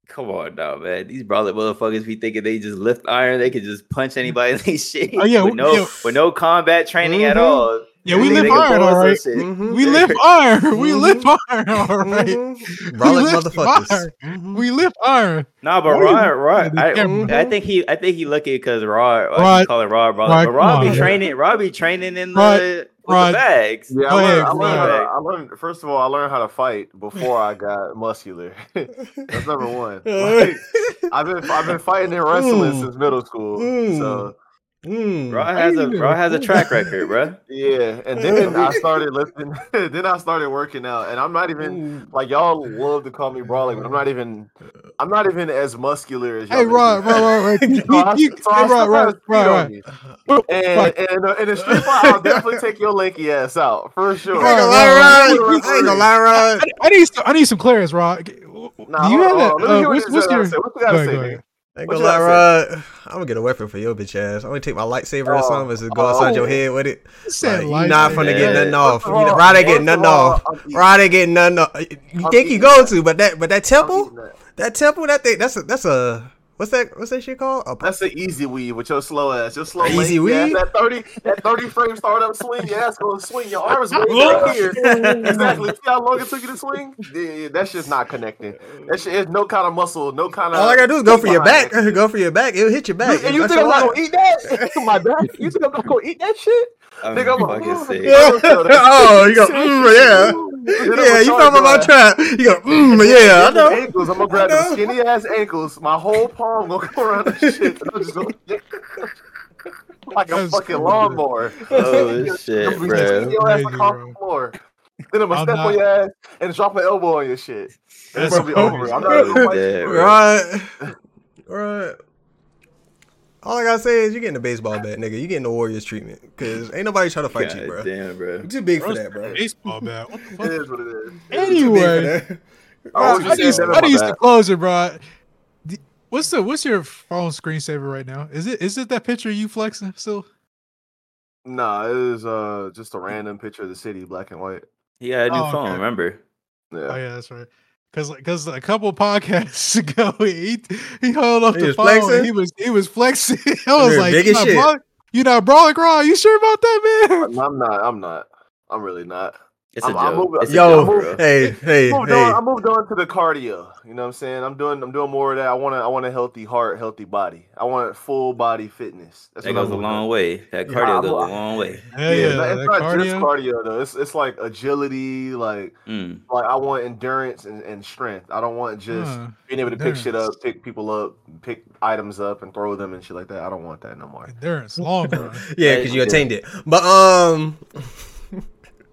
come on now, man. These brolic motherfuckers be thinking they just lift iron, they can just punch anybody *laughs* in their shit. Oh, yeah, with we- no yeah. with no combat training at Mhm. all. yeah, we They live can iron, pull all some right. shit. Mm-hmm. We *laughs* live iron. We live iron, all right. Brolic *laughs* live motherfuckers. fire. We lift iron. Nah, but Why you Rod, Rod, looking I, at the camera? I think he, I think he lucky because Rod, like, Rod- you call it Rod, brolic, Rod, but Rod come be on. training, Rod be training in Rod- the Right. with the bags. Yeah, I Go ahead, learned, I, learned how to, Right. I learned. First of all, I learned how to fight before I got muscular. *laughs* That's number *laughs* one. Like, I've been I've been fighting and wrestling Mm. since middle school. So Mm. Bro has a you bro has a doing? track record, bro. yeah, and then I started lifting. *laughs* then I started working out, and I'm not even like y'all love to call me brawling, but I'm not even. I'm not even as muscular as *laughs* y'all. *laughs* Hey, make Rod, me. Rod, Rod, Rod. You, you, So I- so I hey, still Rod, got Rod, speed on Rod, me. Rod. And, Right. and uh, in a street fight, I'll definitely take your lanky ass out *laughs* for sure. Right, gonna right, lie, right. Rod. I ain't gonna lie, Rod. I, I need some, I need some clearance, Rod. Nah, Do you hold on, have hold on. Let a, me uh, hear what what's, this what's gotta your? say. What you Go gotta ahead, say, go nigga? ahead. Ain't What gonna lie, y'all Rod. I'm gonna get a weapon for your bitch ass. I'm gonna take my lightsaber or Oh, something and just go outside your oh. head with it. You Like, said you light, not man. finna Yeah. get nothing off. First of You know, all- Rod ain't first getting of nothing all, off. I'm eating- Rod ain't getting nothing off. You I'm think you eating go that. to, but that but that I'm temple, eating that. that temple, that thing, that's a that's a what's that what's that shit called? A That's the easy weed with your slow ass. Your slow Easy length, yeah, weed? That thirty, that thirty frame startup swing. Your ass gonna swing. Your arms way back here. Exactly. See how long it took you to swing? Yeah, that shit's not connecting. That shit is no kind of muscle, no kind of. all I gotta do is go for your back. *laughs* Go for your back. It'll hit your back. And you That's think I'm all *laughs* not I- gonna eat that? *laughs* My back? You think I'm not gonna eat that shit? I'm Nigga, I'm like, fucking "Oh, sick. nigga." oh, *laughs* you go, mm, yeah. Yeah, you talking about my trap. You go, mm, yeah, I Them know. uh, Ankles. I'm gonna grab I the know. skinny ass ankles. My whole palm gonna go *laughs* around the shit. and I'm just gonna- *laughs* like a That's fucking crazy. lawnmower. Oh shit, bro. I'm gonna your ass Crazy, across bro. the floor. Then I'm gonna I'm step not- on your ass and drop an elbow on your shit. That's It's gonna be crazy. over. I'm not gonna *laughs* fight Yeah, you. bro. Right. Right. All I gotta say is you're getting the baseball bat, nigga. You're getting the Warriors treatment. Cause ain't nobody trying to fight you, bro. God damn, bro. You too big for that, bro. Baseball bat. What the fuck? *laughs* It is what it is. Anyway, I I was just need saying I Oh, that need about to that. close it, bro. D- What's the what's your phone screensaver right now? Is it is it that picture of you flexing still? Nah, it is uh just a random picture of the city, black and white. He got a new Oh, phone, okay. remember? Oh Yeah. yeah, that's right. Cause, cause a couple podcasts *laughs* ago, he he held up He the was phone. and flexing? He was he was flexing. *laughs* I was You're like, big you as not, shit." brawling, you not brawling, raw? You sure about that, man? I'm I'm not. I'm not. I'm really not. It's a I'm- I'm joke. moving- It's a Yo, joke, bro. hey, hey, moved hey. on. I moved on to the cardio. You know what I'm saying? I'm doing I'm doing more of that. I want to I want a healthy heart, healthy body. I want full body fitness. That's That what I'm goes a doing. long way. That Yeah, cardio I'm- goes a long way. Hell yeah, it's not- that it's not just cardio. cardio though. It's it's like agility, like Mm. like I want endurance and, and strength. I don't want just Huh, being able to pick shit up, endurance. pick people up, pick items up and throw them and shit like that. I don't want that no more. endurance, long run. Yeah, because you attained it. But um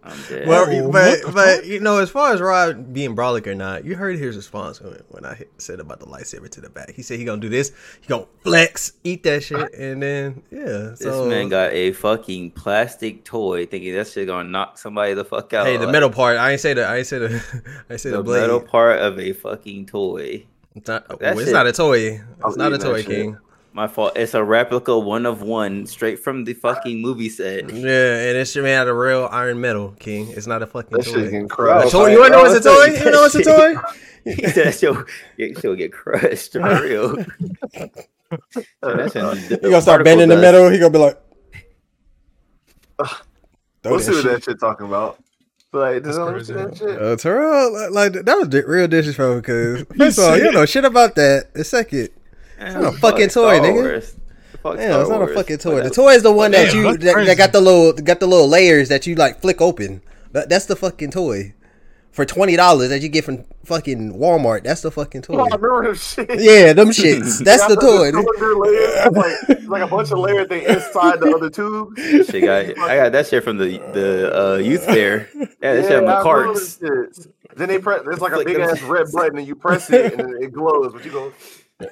I'm dead. Well, Oh, but what the but you know, as far as Rod being brolic or not, you heard his response when, when I hit- said about the lightsaber to the back. He said he gonna do this, he gonna flex, eat that shit, and then yeah. this so- man got a fucking plastic toy thinking that shit gonna knock somebody the fuck out. hey, the Like, metal part. I ain't say the I ain't say the *laughs* I ain't say the, the blade. metal part of a fucking toy. It's not, That oh, it's shit- not a toy. It's I'm not a eating that toy, shit. King. My fault. It's a replica one of one straight from the fucking *laughs* movie set. *laughs* Yeah, and it's made out of real iron metal, King. It's not a fucking That shit toy. can A crash. toy- You wanna know it's a *laughs* Bro, toy? You know it's a toy? that she'll, she'll get *laughs* crushed for real. *laughs* uh, You gonna start bending the metal? He gonna be like, We'll see what that shit talking about. Like, That's does anyone see crazy. that shit? Uh, Terrell, li- like that was di- real disrespectful. *laughs* Cause first of all, said you don't it. know shit about that. And second, It's *laughs* not a fucking toy, nigga. yeah, it's not a fucking toy. The toy is the one that Damn, you that's that, that crazy. got the little got the little layers that you like flick open. That, that's the fucking toy for twenty dollars that you get from fucking Walmart. That's the fucking Oh, toy. I remember them *laughs* shit. Yeah, *laughs* them shits. That's the After toy. cylinder layer, like, like a bunch of layer thing inside the *laughs* other tube. That shit got, I got that shit from the the uh, youth *laughs* fair. Yeah, that shit had Yeah, my I remember carts. them shits. Then they press. It's like a Flick big them *laughs* ass red button, and you press it, and then it glows. But you go, *laughs* yeah,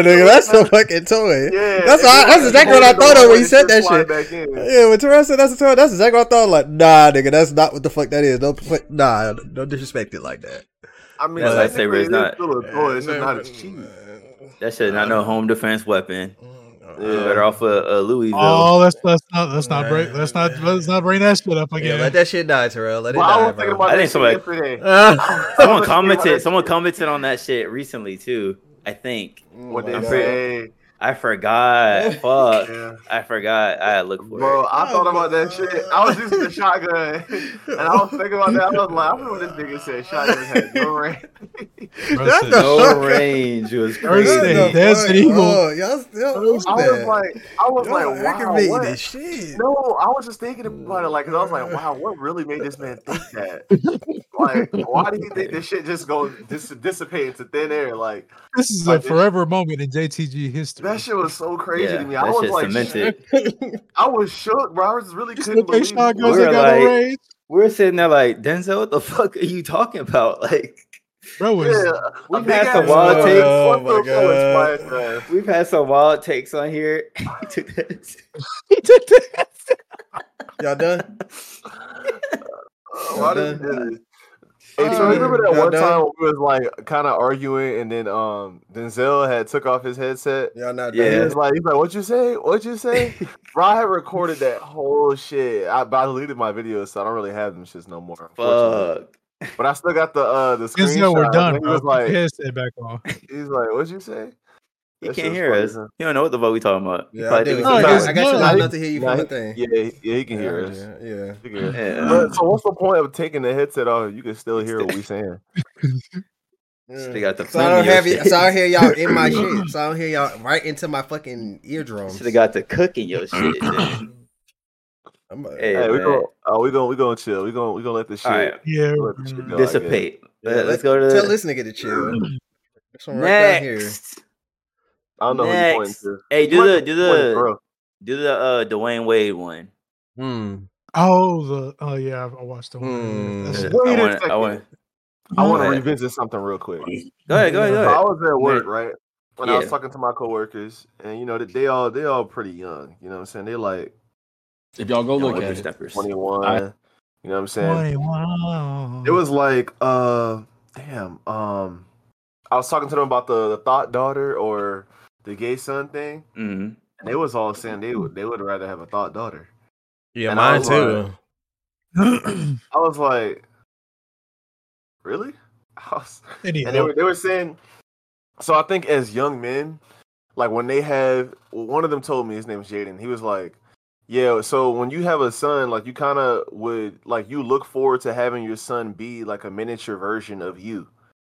nigga, that's the fucking toy. yeah. that's what and I, then that's you exactly what hold I it thought away, of when you it said just that slide shit. back in. Yeah, when Terrell said that's a toy, that's exactly what I thought. Like, nah, nigga, that's not what the fuck that is. Don't play, nah, don't disrespect it like that. I mean, That lightsaber is technically, it's not- still a toy. It's just not a cheat. That shit not no home defense weapon. Mm, Yeah. Better off a uh, Louisville. Oh, let's let's not let's not break let's not let's not bring that shit up Yeah, again. let that shit die, Terrell. Let it Well, I die, was thinking bro. about I that think shit *laughs* somebody- yesterday. Ah. I someone *laughs* was thinking about commented. that Someone shit. commented on that shit recently too. I think. What Oh they my say? I forgot. Fuck. I forgot. I had to look for Bro, it. Oh, I thought about that shit. I was using the shotgun, *laughs* and I was thinking about that. I was like, I remember this nigga said shotgun had no *laughs* range. That's the no fuck? range was First crazy. thing, Desert Eagle. Oh, y'all still own I was that. like, I was Y'all like, wow, aggravating what? this shit. No, I was just thinking about it, like, 'cause I was like, wow, what really made this man think that? like, why do you *laughs* think this shit just go dis- dissipate into thin air? Like, This is Like a this- forever moment in JTG history. that shit was so crazy Yeah, to me. I that was shit like, cemented. I was shook, bro. I was really Just couldn't look at believe it. shotguns We're that got no like- range. We're sitting there like Denzel. What the fuck are you talking about? *laughs* Like Bro was Yeah, We a had big some ass wild one. takes. What Oh the my fuck was God. Spider-Man? we've had some wild takes on here. *laughs* he took that. He took that. Y'all done? Oh, Why did you do this? Hey, so Uh, remember that y'all one done? time we was like kind of arguing, and then um Denzel had took off his headset. Y'all not He Yeah. was like, he's like, what you say? What *laughs* you say? Bro, I had recorded that whole shit. I, but I deleted my videos, so I don't really have them shits no more. unfortunately. Fuck. But I still got the uh the Since no, screenshot. we're done, and He bro. was like, Piss it back on. *laughs* he's like, what you say? He That shit can't was hear funny, us. huh? He don't know what the fuck we talking about. He Yeah, I, probably did. think No, I we- got, it's I got you good. loud enough to hear you Nah, from he- the thing. Yeah, he- yeah, he can hear Yeah, us. yeah. He can hear us. Yeah. But, so what's the point of taking the headset off? You can still hear what *laughs* we saying. *laughs* They got the So I don't Flamio have shit. it. So I don't hear y'all in my shit. So I don't hear y'all right into my fucking eardrums. Should have got the cook in your shit. dude. I'm a- hey, Hey, we man. going oh, we gonna we gonna chill. We gonna we gonna let this shit. All right, Yeah. mm. Look, she bro. done. I guess. dissipate. yeah, Let, us let- go to tell the this nigga to chill. There's some right down here. next. I don't know who you pointing Next. to. Hey, You do might the be do pointing, the bro. do the uh Dwayne *laughs* Wade one. Hmm. Oh, the oh yeah, I I watched the one. Hmm. That's- Uh, I Wait a wanna- I second. want. I want to Yeah. revisit something real quick. Go ahead. Go ahead. Go So I ahead. was at work, right? And I was Yeah. talking to my coworkers, and you know they, they all they all pretty young. You know what I'm saying? They like If y'all go Y'all look want at your it, steppers. 21. I- you know what I'm saying? Twenty one. *clears throat* It was like, uh, damn. Um, I was talking to them about the, the thought daughter or the gay son thing, Mhm. and they was all saying they would they would rather have a thought daughter. Yeah, And I mine was too. I was like, really? *laughs* I was, Anyhow, and they were they were saying so i think as young men like when they have one of them told me his name is jaden he was like yeah so when you have a son like you kind of would like you look forward to having your son be like a miniature version of you you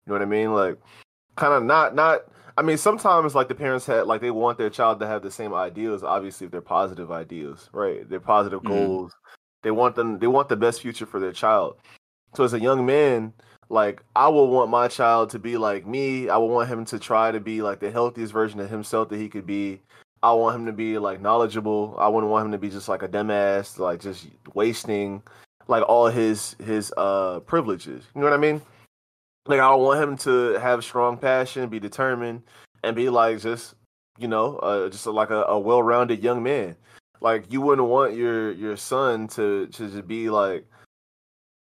know what i mean like kind of not not i mean sometimes like the parents had like they want their child to have the same ideals obviously if they're positive ideals right they're positive Mhm. goals they want them they want the best future for their child so as a young man like I would want my child to be like me. I would want him to try to be like the healthiest version of himself that he could be. I want him to be like knowledgeable. I wouldn't want him to be just like a dumbass, like just wasting like all his his uh privileges. You know what I mean? Like I want him to have strong passion, be determined, and be like just you know uh, just like a, a well-rounded young man. Like you wouldn't want your your son to to just be like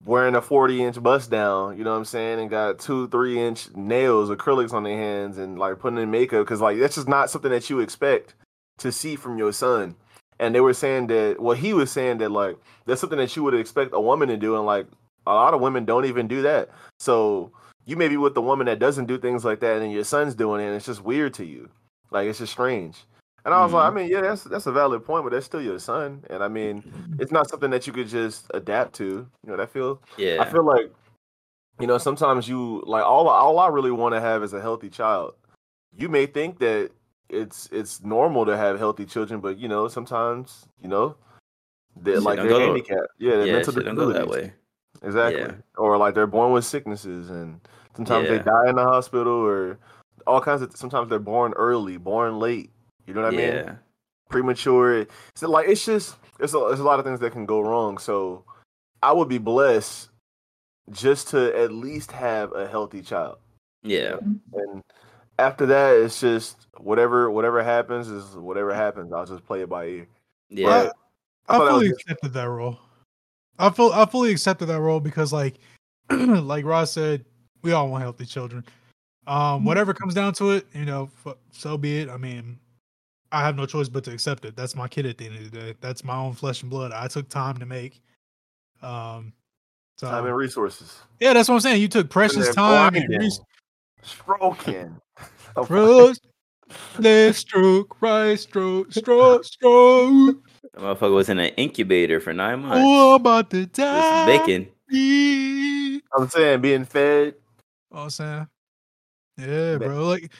wearing a 40 inch bust down, you know what I'm saying, and got two, three inch nails, acrylics on their hands, and like putting in makeup because like that's just not something that you expect to see from your son. And they were saying that, well, he was saying that like that's something that you would expect a woman to do, and like a lot of women don't even do that. So you may be with a woman that doesn't do things like that, and then your son's doing it, and it's just weird to you. Like it's just strange. And I was like, I mean, yeah, that's that's a valid point, but that's still your son, and I mean, it's not something that you could just adapt to. You know what I feel? Yeah. I feel like you know sometimes you like all all I really want to have is a healthy child. You may think that it's it's normal to have healthy children, but you know sometimes you know they're Shit like don't they're go- handicapped. Yeah, they're yeah. mental shit Don't go that disabilities. way. Exactly. Yeah. Or like they're born with sicknesses and sometimes they Yeah. die in the hospital or all kinds of sometimes they're born early, born late. You know what I mean? Yeah. premature. So like it's just it's a, it's a lot of things that can go wrong. So I would be blessed just to at least have a healthy child. Yeah. And after that, it's just whatever whatever happens is whatever happens. I'll just play it by ear. Yeah. But I I thought that was fully just- accepted that role. I full I fully accepted that role because like *clears throat* like Ross said, we all want healthy children. Um, whatever comes down to it, you know, f- so be it. I mean, I have no choice but to accept it. That's my kid at the end of the day. That's my own flesh and blood. I took time to make. Um, so time and resources. yeah, that's what I'm saying. You took precious they're time and *laughs* blinded. res- Stroking. Precious Left stroke, right stroke, stroke, stroke. That motherfucker was in an incubator for nine months. Oh, I'm about to Just die. bacon. You *laughs* I'm saying being fed. know what I'm saying? Oh, Yeah, Ba- bro. Like,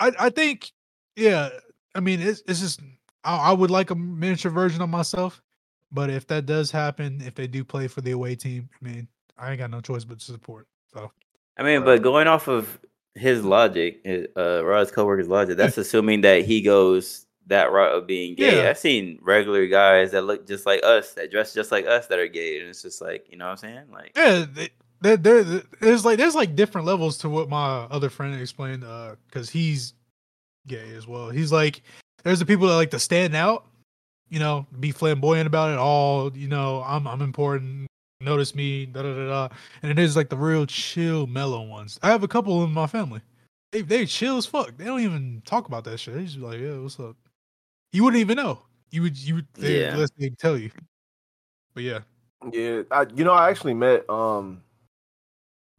I, I think, yeah. I mean, it's, it's just, I, I would like a miniature version of myself. But if that does happen, if they do play for the away team, I mean, I ain't got no choice but to support. So, I mean, but going off of his logic, his, uh, Rod's coworker's logic, that's assuming that he goes that route of being gay. Yeah. I've seen regular guys that look just like us, that dress just like us, that are gay, and it's just like, you know what I'm saying? Like, yeah, th- there, there, th- there's like there's like different levels to what my other friend explained. Uh, because he's gay as well. He's like, there's the people that like to stand out, you know, be flamboyant about it all. You know, I'm I'm important. Notice me, da da da da. And it is like the real chill, mellow ones. I have a couple in my family. They they chill as fuck. They don't even talk about that shit. They just be like, yeah, what's up? You wouldn't even know. You would you would they, Yeah. unless they tell you. But yeah, Yeah, I, you know, I actually met. Um,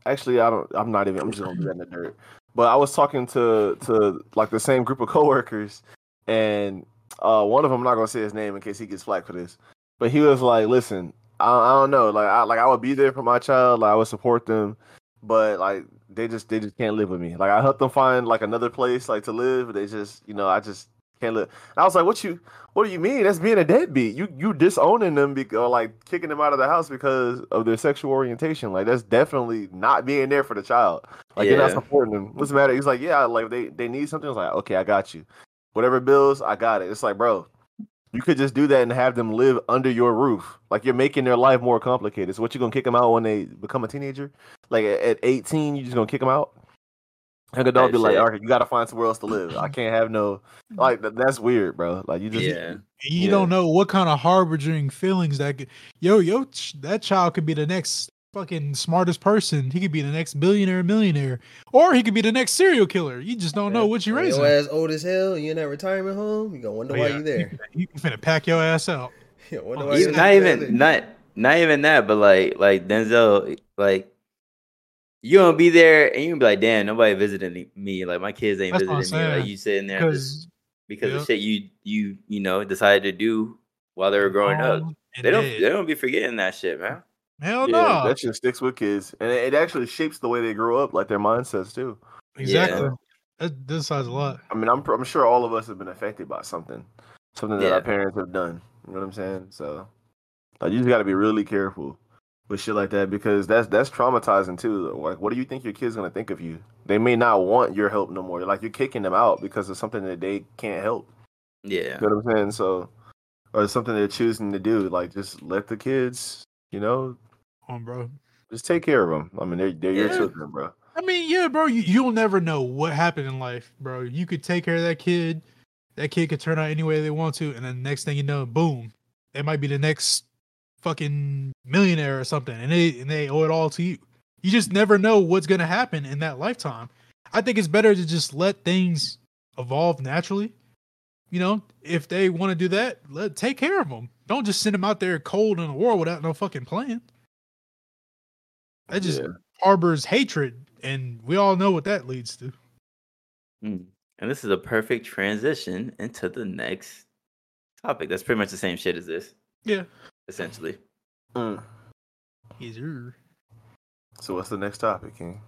actually, I don't. I'm not even. I'm just gonna do that in the dirt. But I was talking to to like the same group of coworkers, and uh, one of them. I'm not gonna say his name in case he gets flack for this. But he was like, "Listen, I, I don't know. Like, I like I would be there for my child. Like, I would support them, but like they just they just can't live with me. Like, I helped them find like another place like to live. But they just, you know, I just can't live. And I was like, "What you? What do you mean? That's being a deadbeat. You you disowning them because or like kicking them out of the house because of their sexual orientation. Like that's definitely not being there for the child. Like you're not Yeah. supporting them. What's the matter? He's like, yeah, like they they need something. I was like, okay, I got you. Whatever bills, I got it. It's like, bro, you could just do that and have them live under your roof. Like you're making their life more complicated. So what you gonna kick them out when they become a teenager? Like at, at 18, you just gonna kick them out? Like a dog Type be like, shit. all right, you gotta find somewhere else to live. I can't have no like th- that's weird, bro. Like you just yeah. you Yeah. don't know what kind of harboring feelings that could yo yo ch- that child could be the next fucking smartest person he could be the next billionaire millionaire or he could be the next serial killer you just don't know Oh, what you're raising Your ass old as hell. You in that retirement home. You gonna wonder Oh, why yeah. you there. *laughs* you finna pack your ass out You wonder Oh, why he's you even, not there. even not not even that, but like like Denzel, like you gonna be there and you gonna be like, damn, nobody visiting me. Like my kids ain't That's what I'm visiting me. Like saying, you sitting there just because because yeah. of shit you you you know decided to do while they were growing up. They don't they don't be forgetting that shit, man. hell Oh, no yeah, that shit sticks with kids. And it, it actually shapes the way they grow up, like their mindsets too. exactly that this size a lot I mean, I'm pr- I'm sure all of us have been affected by something, something that Yeah. our parents have done. You know what I'm saying? So, like, you just got to be really careful with shit like that because that's that's traumatizing too. Like, what do you think your kids gonna think of you? They may not want your help no more. Like, you're kicking them out because of something that they can't help. Yeah. You know what I'm saying? So, or something they're choosing to do. Like, just let the kids, you know, Come on um, bro just take care of them. I mean, they're they're your Yeah. children, bro. I mean, yeah, bro, you, you'll never know what happened in life, bro. You could take care of that kid. That kid could turn out any way they want to, and then next thing you know, boom, they might be the next fucking millionaire or something, and they and they owe it all to you. You just never know what's gonna happen in that lifetime. I think it's better to just let things evolve naturally. You know, if they want to do that, let take care of them. Don't just send them out there cold in the world without no fucking plan. That just Yeah. harbors hatred, and we all know what that leads to. Mm. And this is a perfect transition into the next topic. That's pretty much the same shit as this, Yeah. essentially. Mm. Easier. So, what's the next topic, King?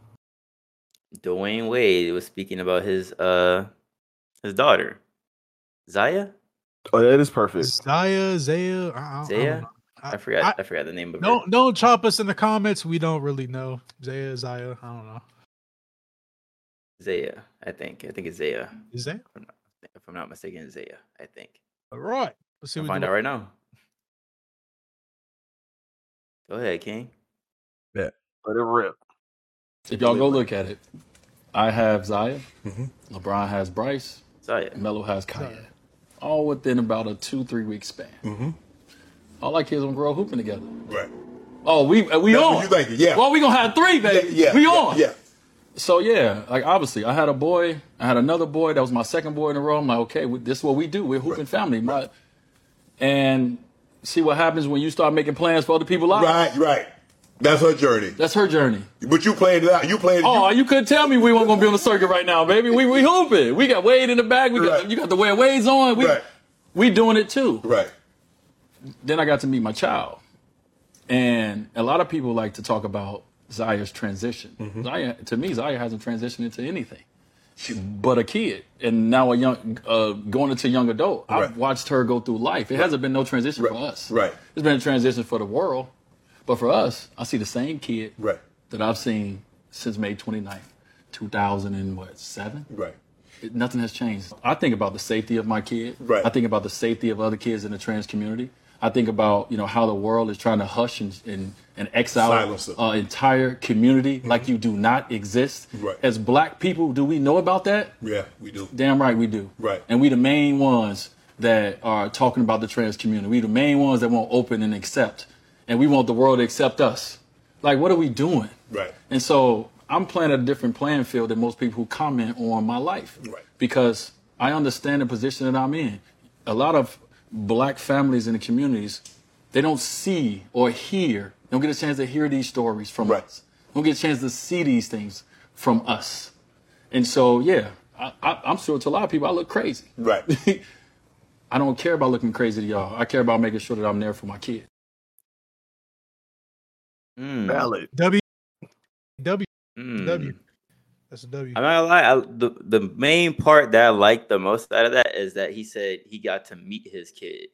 Dwayne Wade was speaking about his uh his daughter, Zaya. Oh, that is perfect. Zaya, Zaya, uh-uh, I, I, I Zaya? don't know. I forgot. I, forgot the name of don't it. don't chop us in the comments. We don't really know. Zaya, Zaya, I don't know. Zaya. I think. I think it's Zaya. Is that If I'm not mistaken, it's Zaya. I think. all right? Let's see We'll what find the- out right now. Go ahead, King. Let it rip. If y'all go look at it, I have Zaya, LeBron has Bryce, Zaya. Melo has Kanye, all within about a two three week span. Mm-hmm. All our kids gonna grow up hooping together. Right. Oh, we uh, we That's on. what you thinking, yeah. Well, we gonna have three, baby. Yeah. we yeah, on. Yeah. So yeah, like obviously, I had a boy. I had another boy. That was my second boy in a row. I'm like, okay, we, this is what we do. We're hooping family. My, and see what happens when you start making plans for other people's lives. Right. Right. That's her journey. That's her journey. But you playing that? You playing? Oh, you, couldn't tell me we weren't gonna be on the circuit right now, baby. We we hooping. We got Wade in the bag. We got you got to wear Wade's on. We we doing it too. Right. Then I got to meet my child, and a lot of people like to talk about Zaya's transition. Zaya, to me, Zaya hasn't transitioned into anything. But a kid, and now a young, uh, going into young adult. I've watched her go through life. It hasn't been no transition for us. Right. It's been a transition for the world, but for us, I see the same kid right. that I've seen since May 29th, 2000 and what, seven? Right. It, nothing has changed. I think about the safety of my kid. Right. I think about the safety of other kids in the trans community. I think about you know how the world is trying to hush and and, and exile Silence them. Mm-hmm. uh, entire community like you do not exist. Right. As black people, do we know about that? Yeah, we do. Damn right we do. Right. And we the main ones that are talking about the trans community. We the main ones that won't open and accept. And we want the world to accept us. Like what are we doing? Right. And so I'm playing a different playing field than most people who comment on my life. Right. Because I understand the position that I'm in. A lot of black families in the communities, they don't see or hear, they don't get a chance to hear these stories from us. They don't get a chance to see these things from us. And so, yeah, I, I, I'm sure to a lot of people, I look crazy. Right. I don't care about looking crazy to y'all. I care about making sure that I'm there for my kid. *laughs* Hmm, Valid. W. W. Mm. W. That's a W. I'm not gonna lie. I, the the main part that I like the most out of that is that he said he got to meet his kid.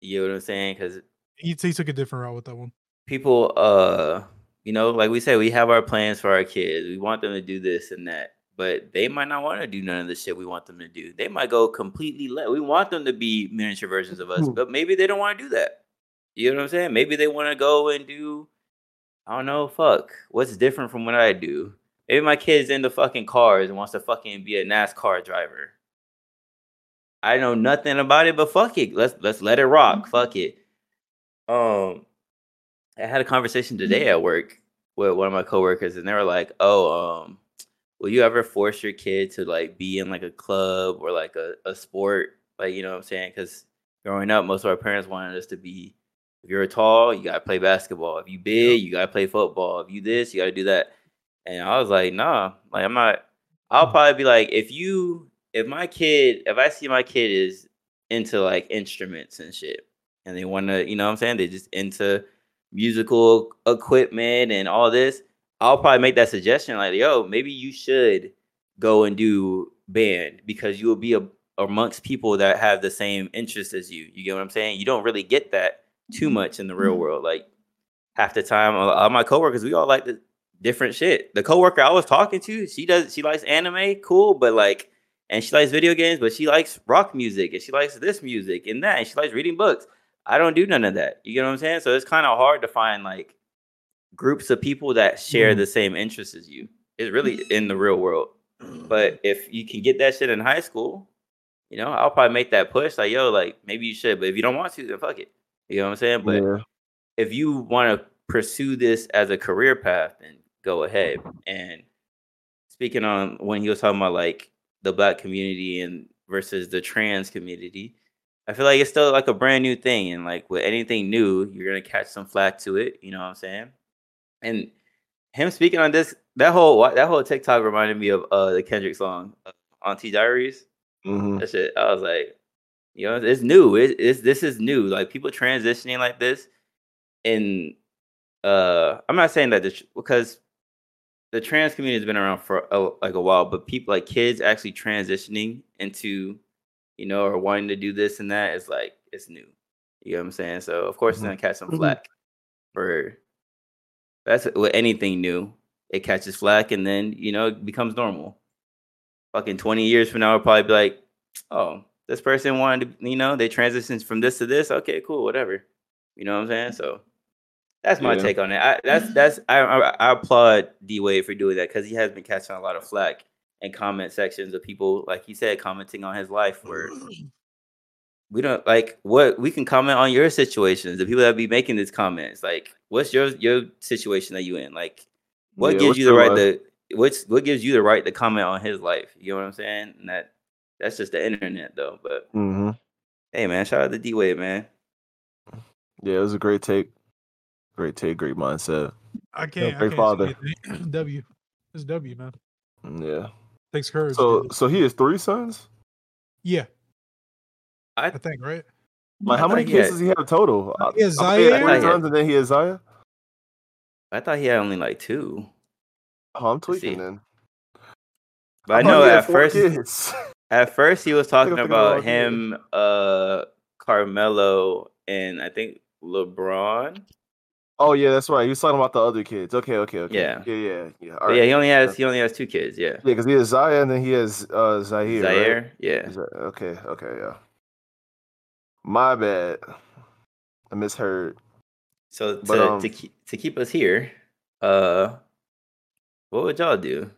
You know what I'm saying? Because He, he took a different route with that one. people, uh, you know, like we say, we have our plans for our kids. We want them to do this and that, but they might not want to do none of the shit we want them to do. They might go completely left. We want them to be miniature versions of us, Mm. but maybe they don't want to do that. You know what I'm saying? Maybe they want to go and do, I don't know, fuck. What's different from what I do? Maybe my kid's into fucking cars and wants to fucking be a NASCAR driver. I know nothing about it, but fuck it. Let's let's let it rock. Fuck it. Um, I had a conversation today at work with one of my coworkers, and they were like, "Oh, um, will you ever force your kid to like be in like a club or like a, a sport? Like, you know what I'm saying? Because growing up, most of our parents wanted us to be if you're tall, you gotta play basketball. If you big, you gotta play football. If you this, you gotta do that. And I was like, nah, like I'm not I'll probably be like, if you if my kid if I see my kid is into like instruments and shit and they wanna, you know what I'm saying? They just into musical equipment and all this, I'll probably make that suggestion like, yo, maybe you should go and do band because you will be a, amongst people that have the same interests as you. You get what I'm saying? You don't really get that too much in the real world. Like half the time, a lot of my coworkers, we all like the different shit. The coworker I was talking to, she does, she likes anime, cool, but like, and she likes video games, but she likes rock music and she likes this music and that, and she likes reading books. I don't do none of that. You get what I'm saying? So it's kind of hard to find like groups of people that share the same interests as you. It's really in the real world. But if you can get that shit in high school, you know, I'll probably make that push. Like, yo, like maybe you should, but if you don't want to, then fuck it. You know what I'm saying? But Yeah. if you want to pursue this as a career path, then go ahead. And speaking on when he was talking about like the black community and versus the trans community, I feel like it's still like a brand new thing. And like with anything new, you're gonna catch some flack to it. You know what I'm saying? And him speaking on this, that whole that whole TikTok reminded me of uh the Kendrick song, uh, "Auntie Diaries." Mm-hmm. That shit, I was like, you know, it's new. It, it's this is new. Like people transitioning like this, and uh, I'm not saying that the, tr- because the trans community has been around for a, like a while, but people like kids actually transitioning into, you know, or wanting to do this and that is like it's new. You know what I'm saying? So of course it's gonna catch some Mhm. flack for that's with anything new. It catches flack and then you know it becomes normal. Fucking 20 years from now, I'll probably be like, oh, this person wanted to, you know, they transitioned from this to this. Okay, cool, whatever. You know what I'm saying? So that's my Yeah. take on it. I, that's that's I, I, I applaud D Wade for doing that because he has been catching a lot of flack in comment sections of people, like he said, commenting on his life. Where we don't like what we can comment on your situations. The people that be making these comments, like, what's your your situation that you in? Like, what Yeah, gives what's you the your right life? to what's what gives you the right to comment on his life? You know what I'm saying? And that that's just the internet though. But Mm-hmm. hey, man, shout out to D Wade, man. Yeah, it was a great take. Great take, great mindset. I can't. Great I can't father. see it. *clears throat* W. It's W, man. Mm, Yeah. Takes courage. So so he has three sons? Yeah. I, think right. Like how I many thought he kids does he have total? He has I- I think he had Zaire? three sons and then he has Zaya? I thought he had only like two. Oh, I'm tweaking then. But I, I thought know he had at four first, kids. *laughs* at first he was talking I'm thinking about about him. him, uh, Carmelo, and I think LeBron. Oh yeah, that's right. He was talking about the other kids. Okay, okay, okay. Yeah. Yeah, yeah, yeah. But yeah, he only has he only has two kids. Yeah, Yeah, because he has Zaya and then he has uh Zaire. right? Zaire, yeah. Z- okay, okay, yeah. My bad. I misheard. So to But, um, to, keep, to keep us here, uh, what would y'all do?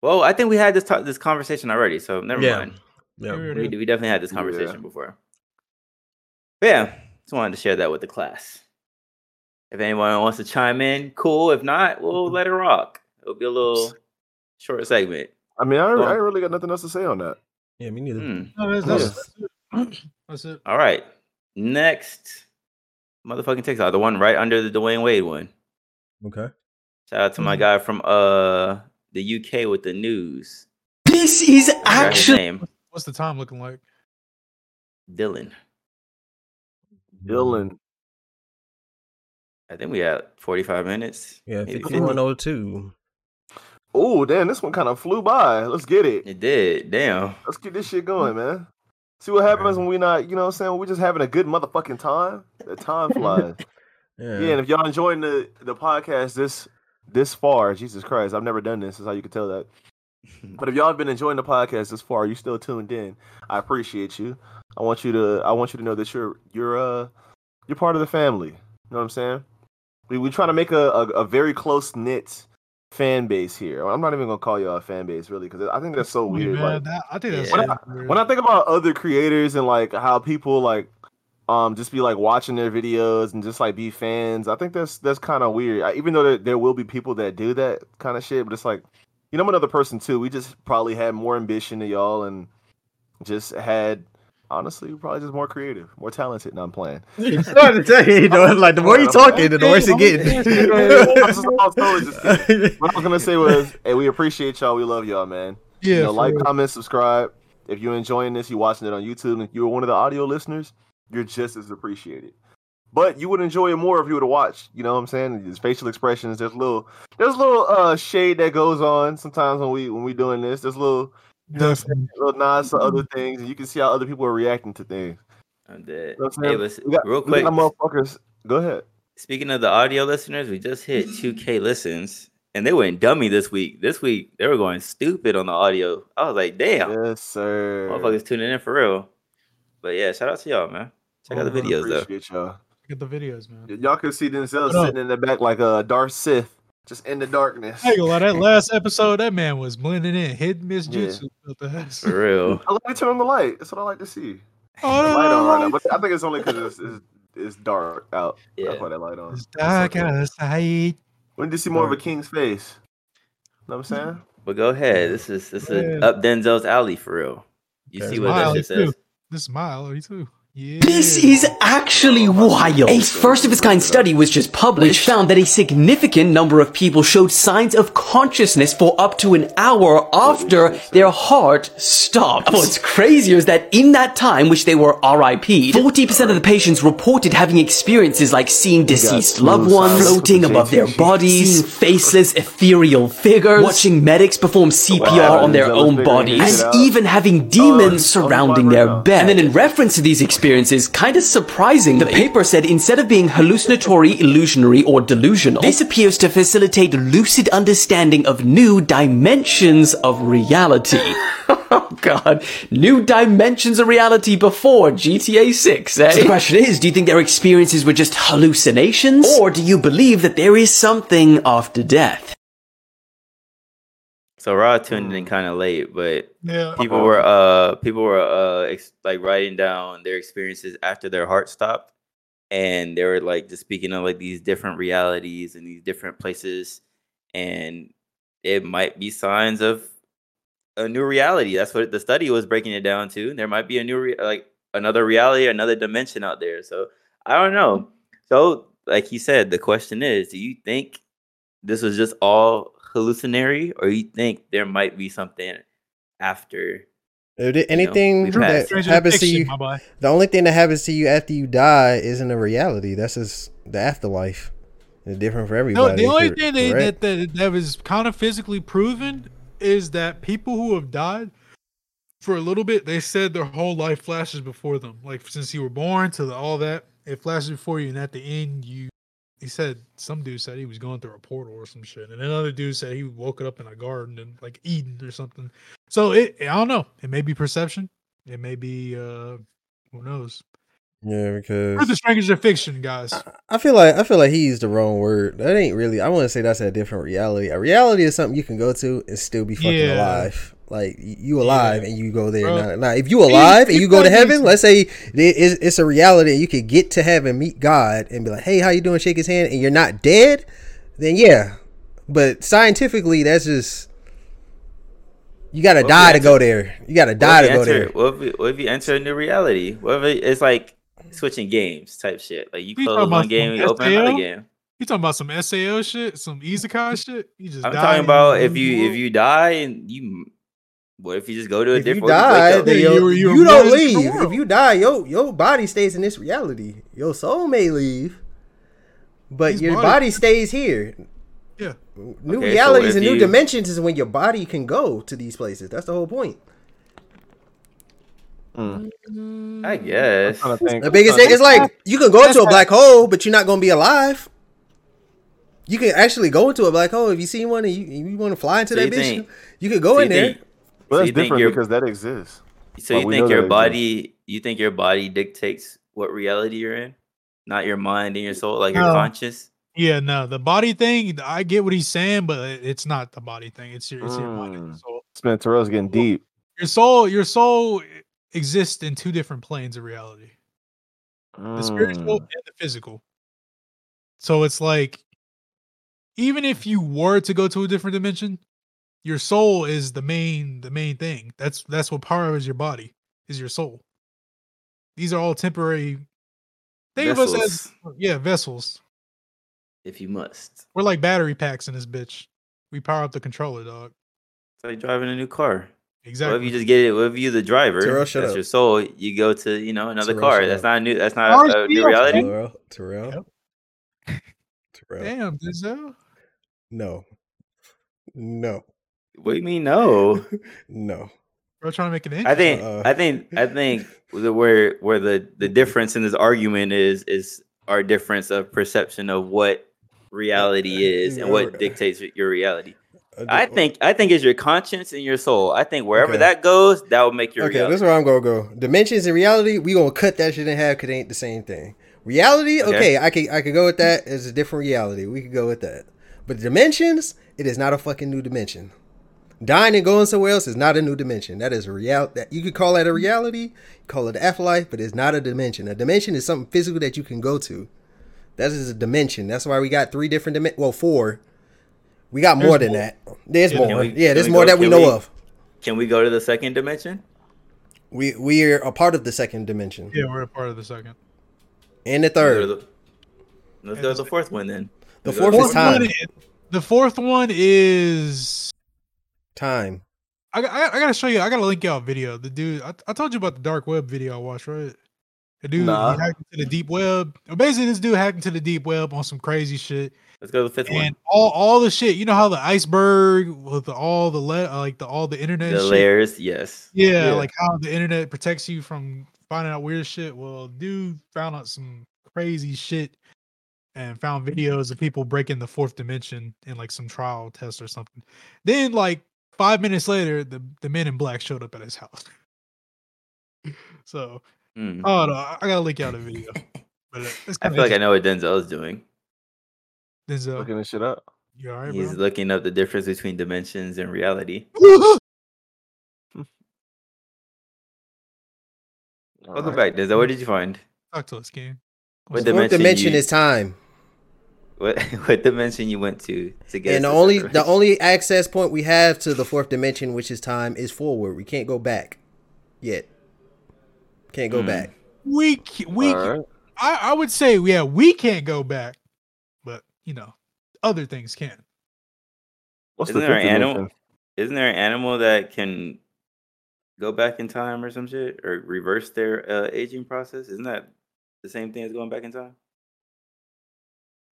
Well, I think we had this talk, this conversation already, so never Yeah. mind. Yeah. we, We we did. definitely had this Yeah. conversation before. But yeah, just wanted to share that with the class. If anyone wants to chime in, cool. If *laughs* not, we'll let it rock. It'll be a little short segment. I mean, I, Well- I ain't really got nothing else to say on that. Yeah, me neither. No, that's, that's, that's it. Hmm, *clears throat* All right, next motherfucking TikTok, the one right under the Dwayne Wade one. Okay. Shout out to Mm-hmm. my guy from uh the UK with the news. This is I forgot his name. What's the time looking like? Dylan. Mm-hmm. Dylan. I think we had 45 minutes. Yeah, maybe 5102. Oh, damn, this one kind of flew by. Let's get it. 50. It did. Damn. Let's get this shit going, man. See what happens when we not, you know what I'm saying? When we just having a good motherfucking time. The time flies. yeah. and if y'all enjoying the, the podcast this this far, Jesus Christ, I've never done this, is how you can tell that. But if y'all have been enjoying the podcast this far, you still tuned in. I appreciate you. I want you to I want you to know that you're you're uh you're part of the family. You know what I'm saying? We we trying to make a, a, a very close knit fan base here. I'm not even gonna call y'all a fan base really, because I think that's so Hey, weird. man, like- that- I think that's when, I, it, bro. when I think about other creators and like how people like um just be like watching their videos and just like be fans, I think that's that's kind of weird. I, even though there, there will be people that do that kind of shit, but it's like you know I'm another person too. We just probably had more ambition than y'all and just had honestly probably just more creative, more talented. No, I'm playing. *laughs* *laughs* It's hard to tell you, you know, like, the more you talking, the worse it *laughs* getting. I'm just- I'm totally just kidding. what I was gonna say was, hey, we appreciate y'all. We love y'all, man. *laughs* Yeah, You know, for like, real. comment, subscribe. If you're enjoying this, you're watching it on YouTube, and if you're one of the audio listeners, you're just as appreciated. But you would enjoy it more if you would have watched. You know what I'm saying? There's facial expressions. There's little, there's little uh, shade that goes on sometimes when we when we doing this. There's little, there's little nods to other things, and you can see how other people are reacting to things. I'm dead. You know what I'm Hey, saying? listen, We got- real we quick. got motherfuckers. Go ahead. Speaking of the audio listeners, we just hit 2K listens and they went dummy this week. This week, they were going stupid on the audio. I was like, damn. Yes, sir. Motherfuckers tuning in for real. But yeah, shout out to y'all, man. Check out the Oh, I videos, though. appreciate y'all. Look at the videos, man. Y- Y'all can see Denzel What up? sitting in the back like a Darth Sith, just in the darkness. I ain't gonna lie, that last episode, that man was blending in, hitting Miss Yeah. Jutsu. with the ass. For real. I like to turn on the light. That's what I like to see. Oh, The no, light no, on right now, no, but I think it's only because it's, it's, it's dark out. That's why that light on. Dark outside. When did you see more of a king's face? Know what I'm saying? But go ahead. This is this is Yeah. up Denzel's alley for real. You There's see what that Miley, shit says. too. This is Miley too. Yeah. This is actually wild. A first of its kind study was just published, which found that a significant number of people showed signs of consciousness for up to an hour after their heart stopped. Oh, What's crazier is that in that time, which they were RIP, 40% of the patients reported having experiences like seeing deceased loved smooth ones silence floating with the above their bodies, seeing faceless ethereal figures, watching medics perform CPR on their Denzel was figuring own his bodies, shit and out. even having demons surrounding their bed. And then in reference to these experiences, kind of surprising, the paper said instead of being hallucinatory, illusionary, or delusional, this appears to facilitate lucid understanding of new dimensions of reality. *laughs* Oh God, new dimensions of reality before GTA 6, eh? So the question is, do you think their experiences were just hallucinations? Or do you believe that there is something after death? So Raw tuned in kind of late, but Yeah. people were uh people were uh ex- like writing down their experiences after their heart stopped, and they were like just speaking of like these different realities and these different places, and it might be signs of a new reality. That's what the study was breaking it down to. There might be a new re- like another reality, another dimension out there. So I don't know. So like you said, the question is, do you think this was just all hallucinatory, or you think there might be something after? If there- you know, anything we that passed? happens to you, the only thing that happens to you after you die isn't a reality. That's just the afterlife. It's different for No, everybody. the only cor- thing that, correct? that, that that was kind of physically proven is that people who have died for a little bit, they said their whole life flashes before them. Like since you were born to the, all that, it flashes before you, and at the end, you. He said some dude said he was going through a portal or some shit, and another dude said he woke up in a garden and like Eden or something. So it, I don't know. It may be perception. It may be uh, who knows. yeah, because Truth is stranger than fiction, guys. I feel like I feel like he used the wrong word. That ain't really. I want to say that's a different reality. A reality is something you can go to and still be fucking Yeah. alive. Like y- you alive and you go there. Bro. Now, now, if you alive and you go to people heaven, need let's say it- it's, it's a reality and you could get to heaven, meet God, and be like, "Hey, how you doing?" Shake his hand, and you're not dead. Then yeah, but scientifically, that's just you got to Well, die yeah, to it's go a- there. You got to What die to if you go enter- there. What if, you- what if you enter a new reality? What if it, it's like switching games type shit? Like you Hmm. You talking close about one game, some you open another SAO? game. You talking about some SAO shit, some Izakai shit? You just I'm die talking and about you lose if the you world? if you die and you, what if you just go to a If different? you what if wake die, up- then you, you, don't leave. If you die, your your body stays in this reality. Your soul may leave, but These your bodies- body stays here. Yeah. New Okay, so realities if and new you- dimensions is when your body can go to these places. That's the whole point. I guess. The biggest thing is like you can go That's into a right. black hole, but you're not gonna be alive. You can actually go into a black hole if you see one and you, you want to fly into So that you bitch. *laughs* think- you could go so in you there. think- Well, so that's you think different you're- because that exists. So Well, you we think know your that body, you think your body dictates what reality you're in, not your mind and your soul, like your No. conscious. Yeah, no, the body thing. I get what he's saying, but it- it's not the body thing. It's your, it's your mind. Mm. and your soul. Spin Terrell's getting deep. Your soul, your soul exists in two different planes of reality: the spiritual Mm. and the physical. So it's like, even if you were to go to a different dimension, your soul is the main, the main thing. That's that's what powers your body is your soul. These are all temporary. Think of us as yeah vessels. If you must, We're like battery packs in this bitch. We power up the controller, dog. it's like driving a new car. What if Exactly. you just get it? What if you the driver? Terrell, that's shut up. your soul. You go to you know another Terrell, car. shut That's up. not a new. That's not a, a new reality. Terrell, Terrell, Terrell. Damn, Denzel. No. No. What do you *laughs* mean? No. No. We're trying to make an I interest. think I think I think the- where where the the difference in this argument is is our difference of perception of what reality is and what dictates y- your reality. Uh, I think I think it's your conscience and your soul. I think wherever Okay. that goes, that will make your uh, Okay, reality. this is where I'm gonna go. Dimensions and reality, we gonna cut that shit in half because it ain't the same thing. Reality, okay, Okay. I could I could go with that. It's a different reality. We could go with that. But dimensions, it is not a fucking new dimension. Dying and going somewhere else is not a new dimension. That is a real that you could call that a reality, call it afterlife, but it's not a dimension. A dimension is something physical that you can go to. That is a dimension. That's why we got three different dimensions. Well, four. We got more There's than more. that. There's Can more. we- yeah, can there's we more go- that we can know of. Can we go to the second dimension? We we are a part of the second dimension. Yeah, we're a part of the second. And the Go third. to the- Let's go to the fourth one then. The Let's go to fourth is time. One is- the fourth one is Time. I, I, I gotta show you. I gotta link y'all a video. The dude I, I told you about the dark web video I watched, right? The dude Nah. he hacked into the deep web. Basically, this dude hacked into the deep web on some crazy shit. Let's go to the fifth one. and all all the shit. You know how the iceberg with the, all the le- uh, like the all the internet The shit? layers, yes. Yeah, like how the internet protects you from finding out weird shit. Well, dude found out some crazy shit and found videos of people breaking the fourth dimension in like some trial test or something. Then like five minutes later, the the men in black showed up at his house. *laughs* so Hmm. oh no, I I gotta link out a video. *laughs* But uh, it's kinda I feel like I interesting. know what Denzel is doing. Denzel, Looking this shit up. you all right, He's bro? looking up the difference between dimensions and reality. *laughs* Welcome back, Denzel. What did you find? Talk to us, King. What The fourth dimension, dimension you- is time. What, *laughs* what dimension you went to to get? and us the to only separate? the only access point we have to the fourth dimension, which is time, is forward. We can't go back. Yet. Can't go Hmm. back. We c- we c- I, I would say yeah we can't go back, but you know other things can. What's isn't the there an fifth animal? dimension? Isn't there an animal that can go back in time or some shit or reverse their uh, aging process? Isn't that the same thing as going back in time?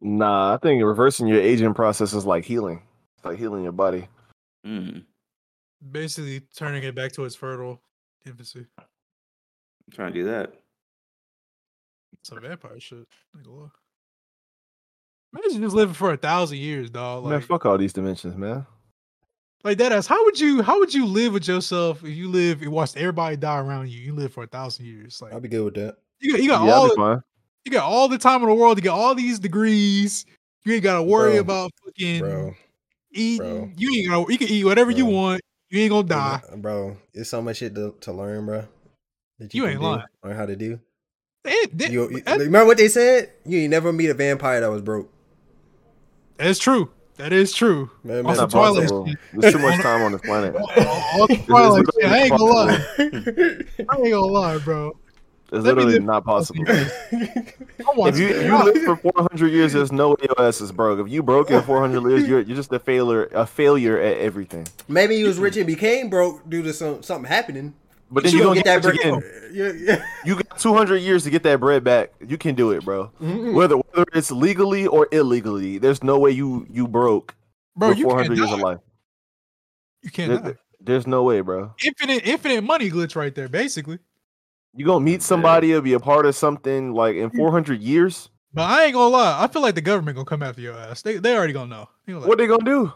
Nah, I think reversing your aging process is like healing. It's like healing your body. Hmm. Basically, turning it back to its fertile infancy. I'm trying to do *laughs* that. It's a vampire shit. Like, look. Imagine just living for a thousand years, dog. man, Like, fuck all these dimensions, man. like that ass. How would you? How would you live with yourself if you live and watched everybody die around you? You live for a thousand years. Like I'd be good with that. you got, you got Yeah, I'll all be fine. you got all the time in the world. You got all these degrees. You ain't gotta worry Bro. about fucking Bro. eating. Bro. You ain't gonna. You can eat whatever you want. You ain't gonna die. Bro, it's so much shit to, to learn, bro. That You can ain't do, lying. Learn how to do. It- that- You- you- remember what they said? You ain't never meet a vampire that was broke. That's true. That is true. Man, Also, man. Twilight. There's too much *laughs* time on this planet. All the Twilight shit, I ain't gonna lie. I ain't gonna lie, bro. It's literally *laughs* not possible. I want if you, to- you live for 400 years, there's no way your ass is broke. If you broke in 400 years, you're, you're just a failure, a failure at everything. *laughs* Maybe he was rich and became broke due to some something happening. But then you gonna don't get that bread- again. Yeah, *laughs* yeah. You got 200 years to get that bread back. You can do it, bro. Hmm. Mhm. Whether whether it's legally or illegally, there's no way you you broke. Bro, with you can't 400 years of die. life. You can't. There- die. there's no way, bro. Infinite, infinite money glitch right there, basically. You gonna meet somebody or be a part of something like Hmm. in 400 years? But I ain't gonna lie. I feel like the government gonna come after your ass. They they already gonna know. They gonna like, What they gonna do?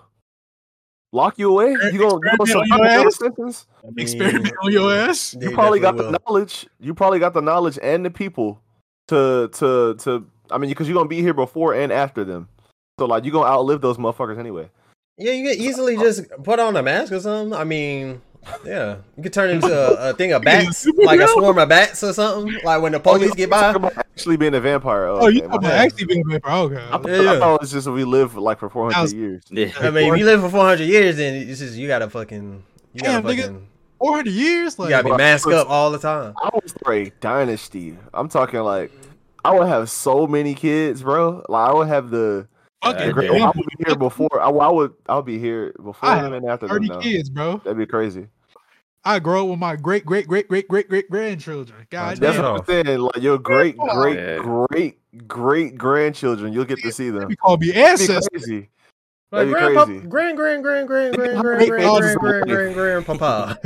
Lock you away? You gonna, you gonna Experiment on survive your another ass? sentence? experiment on your ass. you probably got the knowledge. You probably got the knowledge and the people to to to. I mean, because you're gonna be here before and after them. So like, you're gonna outlive those motherfuckers anyway. Yeah, you could Oh. easily just put on a mask or something. I mean, yeah, you could *laughs* turn into a, a thing of bats, like a swarm of bats or something. Like when the police get by. Actually, being a vampire. Oh, you okay, talking my about bad. actually being a vampire? Okay. I thought, Yeah, I yeah. thought it was just we live like for 400 How's- years. I mean, if you live for 400 years, then it's just you gotta fucking, you gotta Damn, fucking, nigga. Four hundred years. you Like, gotta be Like- masked up all the time. I was for a dynasty. I'm talking like I would have so many kids, bro. Like I would have the. Fuck the it, great- dude. I would be here before. I, I would. I'll be here before I them and after them. thirty though. kids, bro. That'd be crazy. I grow up with my great great great great great great grandchildren. God That's damn. what I'm saying. Like your great, off. great, great, great grandchildren, you'll get to see them. We call me That'd be ancestors. crazy. Like That'd be grandpa, crazy. grand, grand, grand, grand, grand, how grand, many grand, phases grand, of grand, grand, life- grandpapa.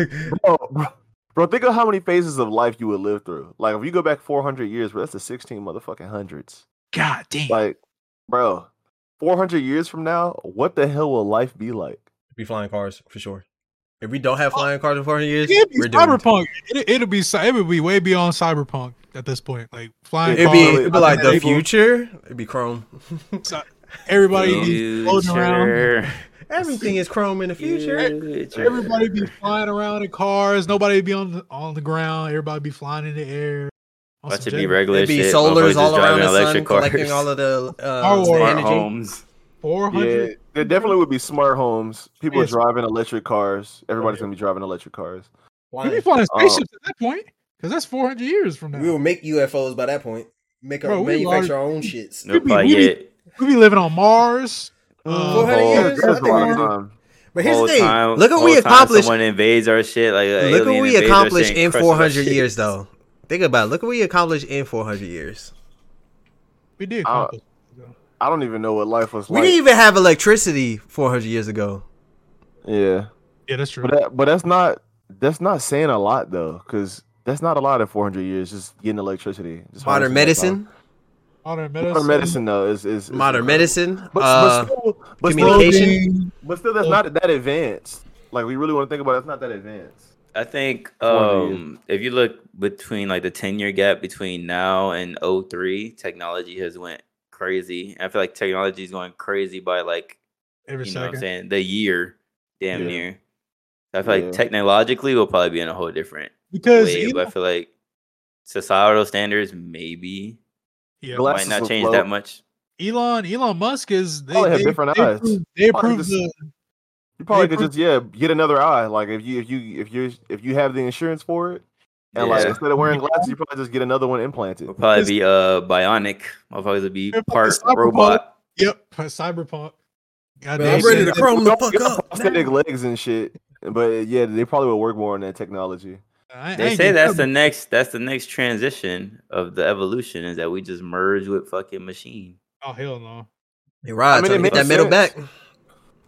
Bro, bro, bro, think of how many phases of life you would live through. Like if you go back 400 years, bro, that's the 16 motherfucking hundreds. God damn. Like, bro, 400 years from now, what the hell will life be like? Be flying cars for sure. If we don't have flying cars in 400 years, It'd be we're doomed. cyberpunk. It, it'll be cy- it would be way beyond cyberpunk at this point. Like flying. It'd be, cars, it'd be like the people, future. It'd be Chrome. so- Everybody be floating around. Future. Everything is Chrome in the future. Future. Everybody be flying around in cars. Nobody be on the, on the ground. Everybody be flying in the air. On That some should be jet- regular It'd be shit. Motherfuckers solars just all around driving the sun, electric collecting cars. all of *laughs* the Our uh, the world. Smart energy. homes. 400. Yeah, there definitely would be smart homes. People Yes. driving electric cars. Everybody's gonna be driving electric cars. we be Flying. flying Oh. spaceships at that point because that's 400 years from now. We will make UFOs by that point. Make our Bro, we manufacture large- our own shits. Nope, be- not we be- yet. we be living on Mars. Four Uh, hundred Oh, years. I that's a think lot we- of time. but here's Whole the thing. time- look what whole we time accomplished. Someone invades our shit. Like a Look what alien we invades our accomplished shit in and crushes our 400 shit. years, though. Think about it. Look what we accomplished in 400 years. we did. Uh, accomplish. I don't even know what life was We like. didn't even have electricity 400 years ago. yeah, yeah, that's true. but that, but that's not that's not saying a lot though, because that's not a lot in 400 years. Just getting electricity, just Modern harnessing that power. medicine, Modern medicine. modern medicine though is is, is modern incredible. medicine, But, uh, but still, but still, communication. but still, that's not that advanced. Like we really want to think about, it, that's not that advanced. I think 400 years. um, if you look between like the 10 year gap between now and 03, technology has went crazy. I feel like technology is going crazy by like Every you know what I'm second. saying, the year, damn Yeah. near. I feel like Yeah. technologically we'll probably be in a whole different Because way. you But I know- feel like societal standards maybe yeah, might Glass- Glasses not will change float. that much. Elon Elon Musk is they, Probably have they, different they eyes. Approved, they Probably approved just- the You probably Yeah, could just yeah get another eye. Like if you if you if you if you have the insurance for it, and like Yeah. instead of wearing glasses, you probably just get another one implanted. We'll probably It's- be uh bionic. Motherfuckers will be They're fucking part cyberpunk. robot. yep cyberpunk. God damn, Man, shit. Don't get prosthetic legs and shit. But yeah, they probably would work more on that technology. They say that's the next that's the next transition of the evolution is that we just merge with fucking machine. Oh hell no. Hey, Rod, tell him to get that metal back.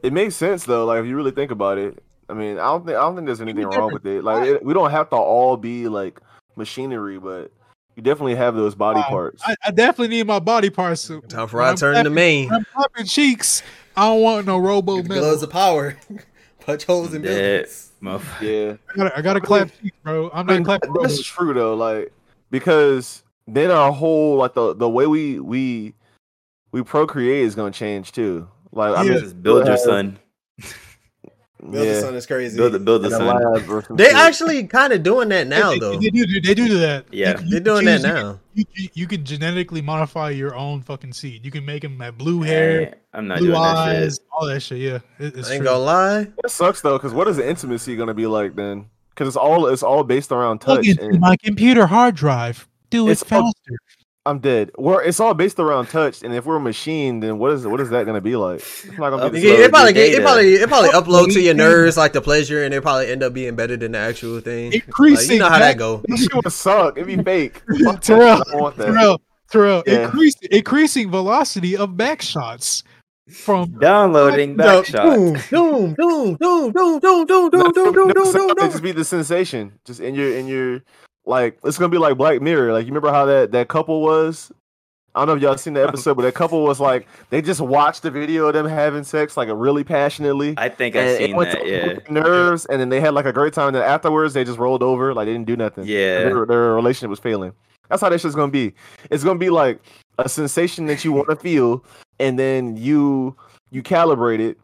It makes sense though, like if you really think about it. I mean, I don't think I don't think there's anything wrong with it. Like it, we don't have to all be like machinery, but you definitely have those body parts. I, I definitely need my body parts. to- Time for when Rod I'm turn to clapping- main. when I'm clapping cheeks. I don't want no robo metal. Gloves of power. *laughs* Punch holes in buildings. Yeah. I gotta, I gotta clap cheeks, bro. I'm not clapping. robo. That's true though, like because then our whole like the the way we we we procreate is gonna change too. Like I Yeah. mean, Just build your son. Build a son is crazy. Build a- build a In a son. lab or some They shit. actually kind of doing that now, they, though. They do, do- they do do that. Yeah. You- you They're can doing that choose- you now. can- You, you, you can genetically modify your own fucking seed. You can make him have blue hair, Eh, I'm not blue doing that shit. eyes, all that shit. Yeah, It- it's true. lie. That sucks though, because what is the intimacy gonna be like then? Because it's all it's all based around Plug touch. into and- my computer hard drive. Do it It's all- faster. I'm dead. Well, it's all based around touch, and if we're a machine, then what is what is that gonna be like? It's not gonna be. It, the same. Uh, it probably get, it probably it probably upload to your nerves like the pleasure, and it probably end up being better than the actual thing. Like, you Increasing know how that- that go. *laughs* That shit would *laughs* suck. It'd be fake. Fuck that. I Terrell, don't want that. Terrell, Terrell, Yeah. increase, increasing velocity of back shots from Downloading back shot. Doom, doom, doom, doom, doom, doom, doom, doom, doom, doom, doom, It'd just be the sensation, just in your in your like. It's gonna be like Black Mirror. Like you remember how that that couple was. I don't know if y'all seen the episode, but that couple was like they just watched the video of them having sex like really passionately. I think I and it seen went that, to yeah. nerves, and then they had like a great time. And then afterwards, they just rolled over, like they didn't do nothing. Yeah. their, their relationship was failing. That's how that shit's gonna be. It's gonna be like a sensation that you want to feel, and then you you calibrate it.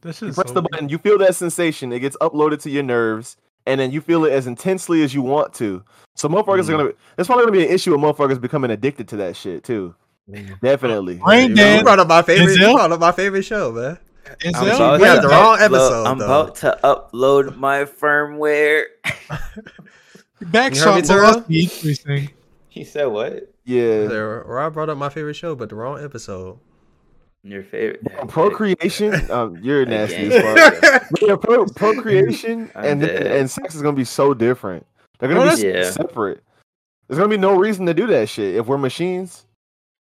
This You is press the button, you feel that sensation. It gets uploaded to your nerves, and then you feel it as intensely as you want to. So motherfuckers are gonna. It's probably gonna be an issue with motherfuckers becoming addicted to that shit too. Definitely. Brain You know? dead. You brought up my favorite. You Denzel? brought up my favorite show, man. I'm Denzel? about We had to the wrong upload- episode, I'm though. about to upload my firmware. *laughs* back You heard me, shot Terrell? velocity increasing. He said what? Yeah. Or I brought up my favorite show, but the wrong episode. Your favorite. Procreation. Um, you're nasty as can't. fuck. But yeah, pro- procreation I'm and dead. and sex is gonna be so different. They're gonna Bro, be that's- so separate. There's gonna be no reason to do that shit if we're machines.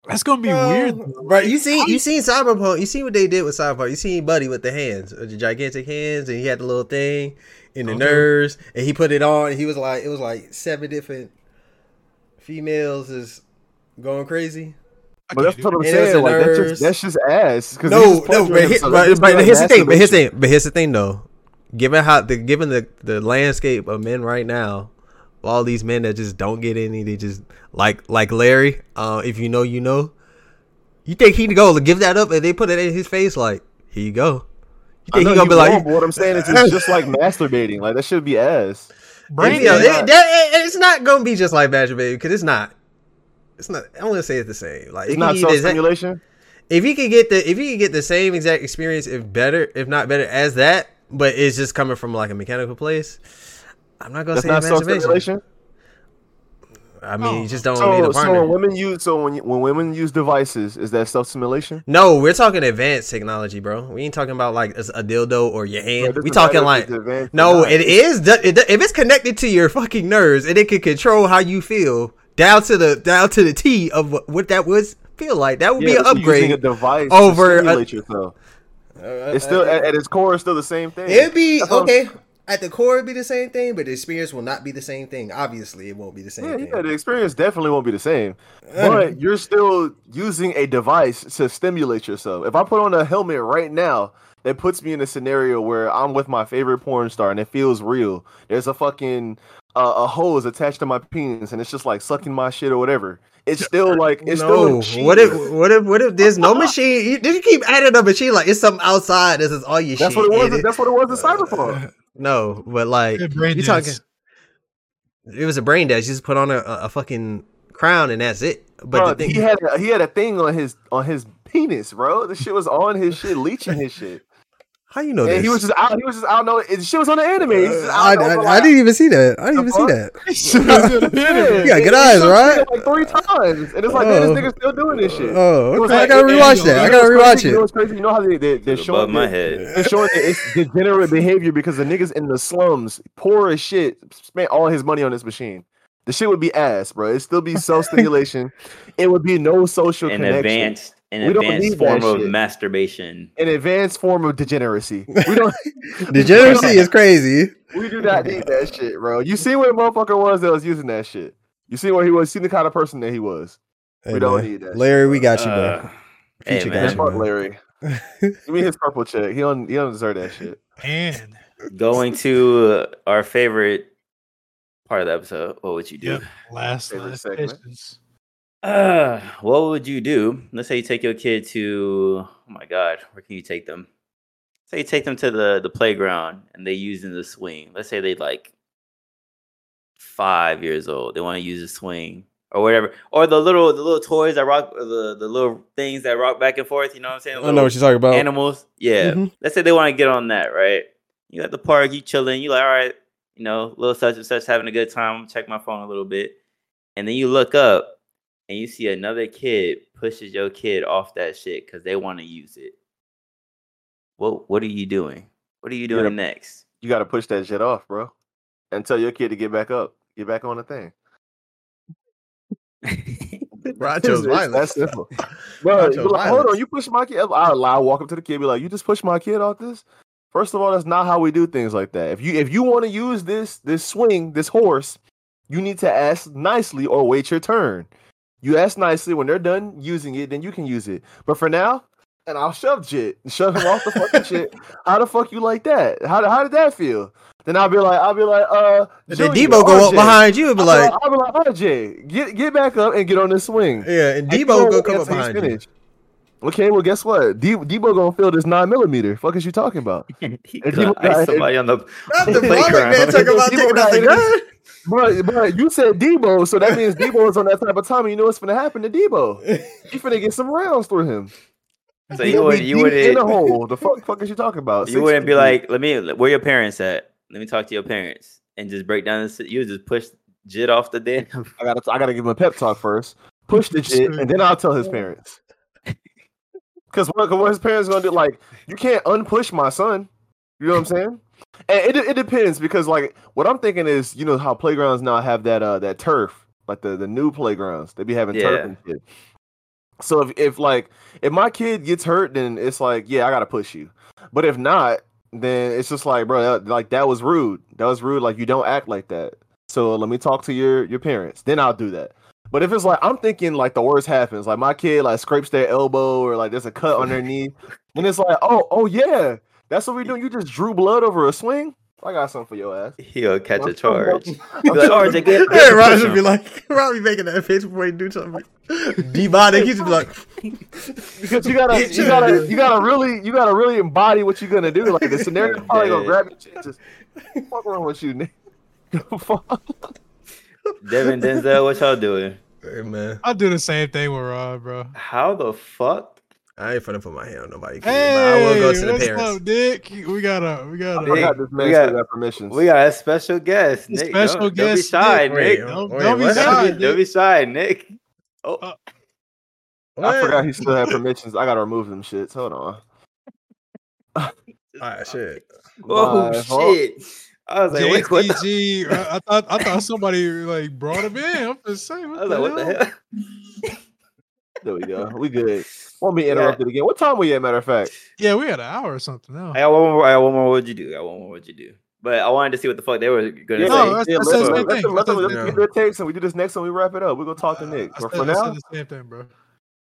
That's gonna be weird. though. Right, you seen you seen Cyberpunk, you seen what they did with Cyberpunk. You seen Buddy with the hands, uh, the gigantic hands, and he had the little thing in the Okay. nerves, and he put it on. And he was like, it was like seven different females is going crazy. I But can't that's do what I'm And there's saying. the Like, that's, nerves. just, that's just ass. 'cause he's No, just no, pleasuring but, he- himself. but, That's but like here's the thing. But here's the masturbation. thing. But here's the thing, though. Given how the given the the landscape of men right now, all these men that just don't get any, they just like like Larry. Uh, if you know, you know. You think he'd go to give that up, and they put it in his face like, "Here you go." You I think know he gonna you be like, wrong, but what I'm saying is it's *laughs* just like masturbating. Like that should be ass. Brain you know, dead. it- that- it- "It's not gonna be just like Badger Baby because it's not. It's not. I want to say it's the same. Like It's if not he did self that- stimulation. if he could get the if he could get the same exact experience, if better, if not better, as that, but it's just coming from like a mechanical place. I'm not gonna That's not say self imagination. stimulation. I mean, you just don't need So, a so when partner. women use so when you- when women use devices, is that self stimulation? No, we're talking advanced technology, bro. We ain't talking about like it's a dildo or your hand. doesn't we talking matter if like it's advanced or no, not. it is. du- It, if it's connected to your fucking nerves and it can control how you feel down to the down to the T of what, what that would feel like, that would be an but you're Using a upgrade. device over over a- to stimulate yourself. It's still at, at its core, it's still the same *laughs* thing. Uh, It'd *laughs* be That's what I'm- okay. At the core, it'd be the same thing, but the experience will not be the same thing. Obviously, it won't be the same Yeah, thing. yeah, the experience definitely won't be the same. Uh. But you're still using a device to stimulate yourself. If I put on a helmet right now, that puts me in a scenario where I'm with my favorite porn star and it feels real. There's a fucking uh, a hose attached to my penis and it's just like sucking my shit or whatever. It's still like it's still a no. machine. Oh, What if? What if? What if there's *laughs* no machine? You, did you keep adding a machine like it's something outside? This is all your that's shit. what it was. and it- Uh, that's what it was in Cyberpunk. no, but like Yeah, brain you *laughs* talking. dance. It was a brain dash. You just put on a, a, a fucking crown and that's it. But Bro, the thing, he had *laughs* a, he had a thing on his on his penis, bro. The shit was on his shit, leeching his shit. How you know and this? he was just out. He was just out. No, it, shit was on the anime. He's just Uh, I, out, I, I didn't even see that. I didn't even see that. Shit was on the anime. you got good It- it eyes, showed right? it Like three times, and it's like, man, Oh. this nigga's still doing this shit. Oh, It was okay, I like- gotta it- it- rewatch that. I you know gotta what's rewatch crazy? it. You know what's crazy? You know how they, they they're showing above my *laughs* that- head. They're showing that it's degenerate behavior because the niggas in the slums, poor as shit, spent all his money on this machine. The shit would be ass, bro. It'd still be self *laughs* stimulation. it would be no social An connection. advanced, an We don't advanced need that form of shit. masturbation. An advanced form of degeneracy. We don't. Degeneracy is crazy. We do not need that shit, bro. You see what motherfucker was that was using that shit. You see where he was. You seen the kind of person that he was. Hey, we don't man. need that. Larry, we got you, bro. Uh, hey, Future man. got you, bro. Fuck Larry. *laughs* Give me his purple check. He don't. He don't deserve that shit. And Going to uh, our favorite part of the episode. What would you do? last Favorite last segment. questions. Uh, what would you do? Let's say you take your kid to oh my god, where can you take them? Say you take them to the the playground and they using the swing. Let's say they like five years old. They want to use a swing or whatever, or the little the little toys that rock, or the the little things that rock back and forth. You know what I'm saying? I know what you're talking Oh. about. Animals. Yeah. Mhm. Let's say they want to get on that, right? You at the park, you chilling. You like, all right, you know, little such and such having a good time. Check my phone a little bit, and then you look up and you see another kid pushes your kid off that shit because they want to use it. What What are you doing? What are you doing gotta- *laughs* next? You got to push that shit off, bro, and tell your kid to get back up. Get back on the thing. Bro, I chose It's- it's violence. That simple. Bro, I you chose be like, hold violence. on, you push my kid. I lie, walk up to the kid, be like, you just push my kid off this. First of all, that's not how we do things like that. If you if you want to use this this swing, this horse, you need to ask nicely or wait your turn. You ask nicely when they're done using it, then you can use it. But for now, and I'll shove shit, shove him off *laughs* the fucking shit. How the fuck you like that? How how did that feel? Then I'll be like, I'll be like, uh, Then Junior, oh, Debo go up RJ. behind you and be I'll like- I'll be like, RJ, get get back up and get on this swing. Yeah, and you Debo don't gonna wait come up until he's behind you. *laughs* finished. Okay, well, guess what? D- Debo gonna field this nine millimeter. Fuck is you talking about? And Debo Ice got- somebody on the, *laughs* Not on the the vomit playground. man talking about taking out the gun. But but you said Debo, so that means Debo is on that type of time. and You know what's gonna happen to *laughs* Debo? You finna get some rounds through him. *laughs* So He you *laughs* gonna would be you deep in the wouldn't hole. The fuck, fuck is you talking about? you Six wouldn't be feet. like, let me where your parents at? Let me talk to your parents and just break down this. You would just push jit off the damn. *laughs* I gotta I gotta give him a pep talk first. Push the shit, and then I'll tell his parents. Because what, 'cause what his parents gonna do? Like, you can't unpush my son. You know what I'm saying? And it it depends because like what I'm thinking is you know how playgrounds now have that uh that turf like the the new playgrounds they be having turf Yeah. and shit. So if if like if my kid gets hurt, then it's like yeah I gotta push you. But if not, then it's just like bro that, like that was rude. That was rude. Like you don't act like that. So uh, let me talk to your your parents. Then I'll do that. But if it's like I'm thinking like the worst happens, like my kid like scrapes their elbow or like there's *laughs* a cut on their knee, and it's like, oh, oh yeah, that's what we doing. You just drew blood over a swing. I got something for your ass. He'll catch a I'm- charge. Be like, "All right, get- get Yeah, the Roger push would him." be *laughs* like, Roger be making that pitch before he do *laughs* something. Demonic, he just be like, because you gotta you gotta you gotta really you gotta really embody what you're gonna do. Like the scenario probably gonna grab your shit, just fuck around with you. nigga." *laughs* Fuck. Devin Denzel, what y'all doing? Hey, man, I'll do the same thing with Rob, bro. How the fuck? I ain't finna put my hand on nobody. kid, Hey, but I will go to the what's parents. up, Dick? We got a we got I forgot a this man got- still got permissions. We got a special guest, Nick. special don't, don't be guest, shy, Nick. Wait, Nick. Don't, wait, don't be what? shy, Don't Dick. be shy, Nick. Uh, Oh, I What? forgot he still had permissions. I gotta remove them shits. Hold on. Ah, shit. oh Bye. Oh. shit! I was like, wait, what? The, JTG. I, I thought I thought somebody like brought him in. I'm just saying. I What was the like, what the hell? hell? There we go. We good. Won't be interrupted again. What time we at? Matter of fact, Yeah, we had an hour or something. No, I got one more. I got one more. What'd you do? I got one more. What'd you do? But I wanted to see what the fuck they were No, gonna say. that's- yeah, that's let's, the same let thing. them, let That's them, let the them same get their takes, and we do this next, and we wrap it up. We're gonna talk to Nick. I But said, for I said now, the same thing, bro.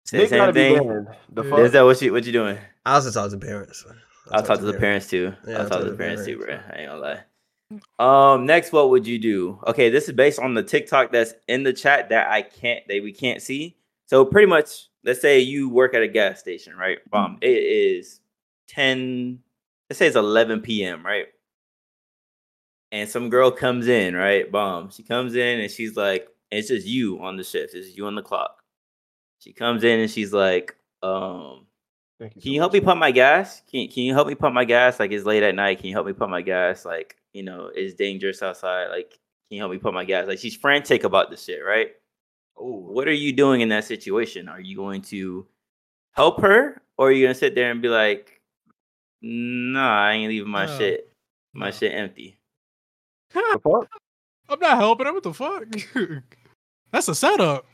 Say the Nick gotta same be thing. banned. The Yeah. fuck? Denzel, what you what you doing? I also talk to parents. I'll talk to the parents too. Yeah, I'll talk to the parents too, bro. I ain't gonna lie. Um, next, what would you do? Okay, this is based on the TikTok that's in the chat that I can't that we can't see. So pretty much, let's say you work at a gas station, right? Um, it is ten. Let's say it's eleven p.m. Right, and some girl comes in, right? Bomb. She comes in and she's like, and it's just you on the shift. It's you on the clock. She comes in and she's like, um, Can you help me pump my gas? Can Can you help me pump my gas? Like it's late at night. Can you help me pump my gas? Like you know it's dangerous outside. Like can you help me pump my gas? Like she's frantic about this shit, right? Oh, what are you doing in that situation? Are you going to help her, or are you gonna sit there and be like, Nah, I ain't leaving my No. shit, my shit empty. I'm not helping her. What the fuck? *laughs* that's a setup.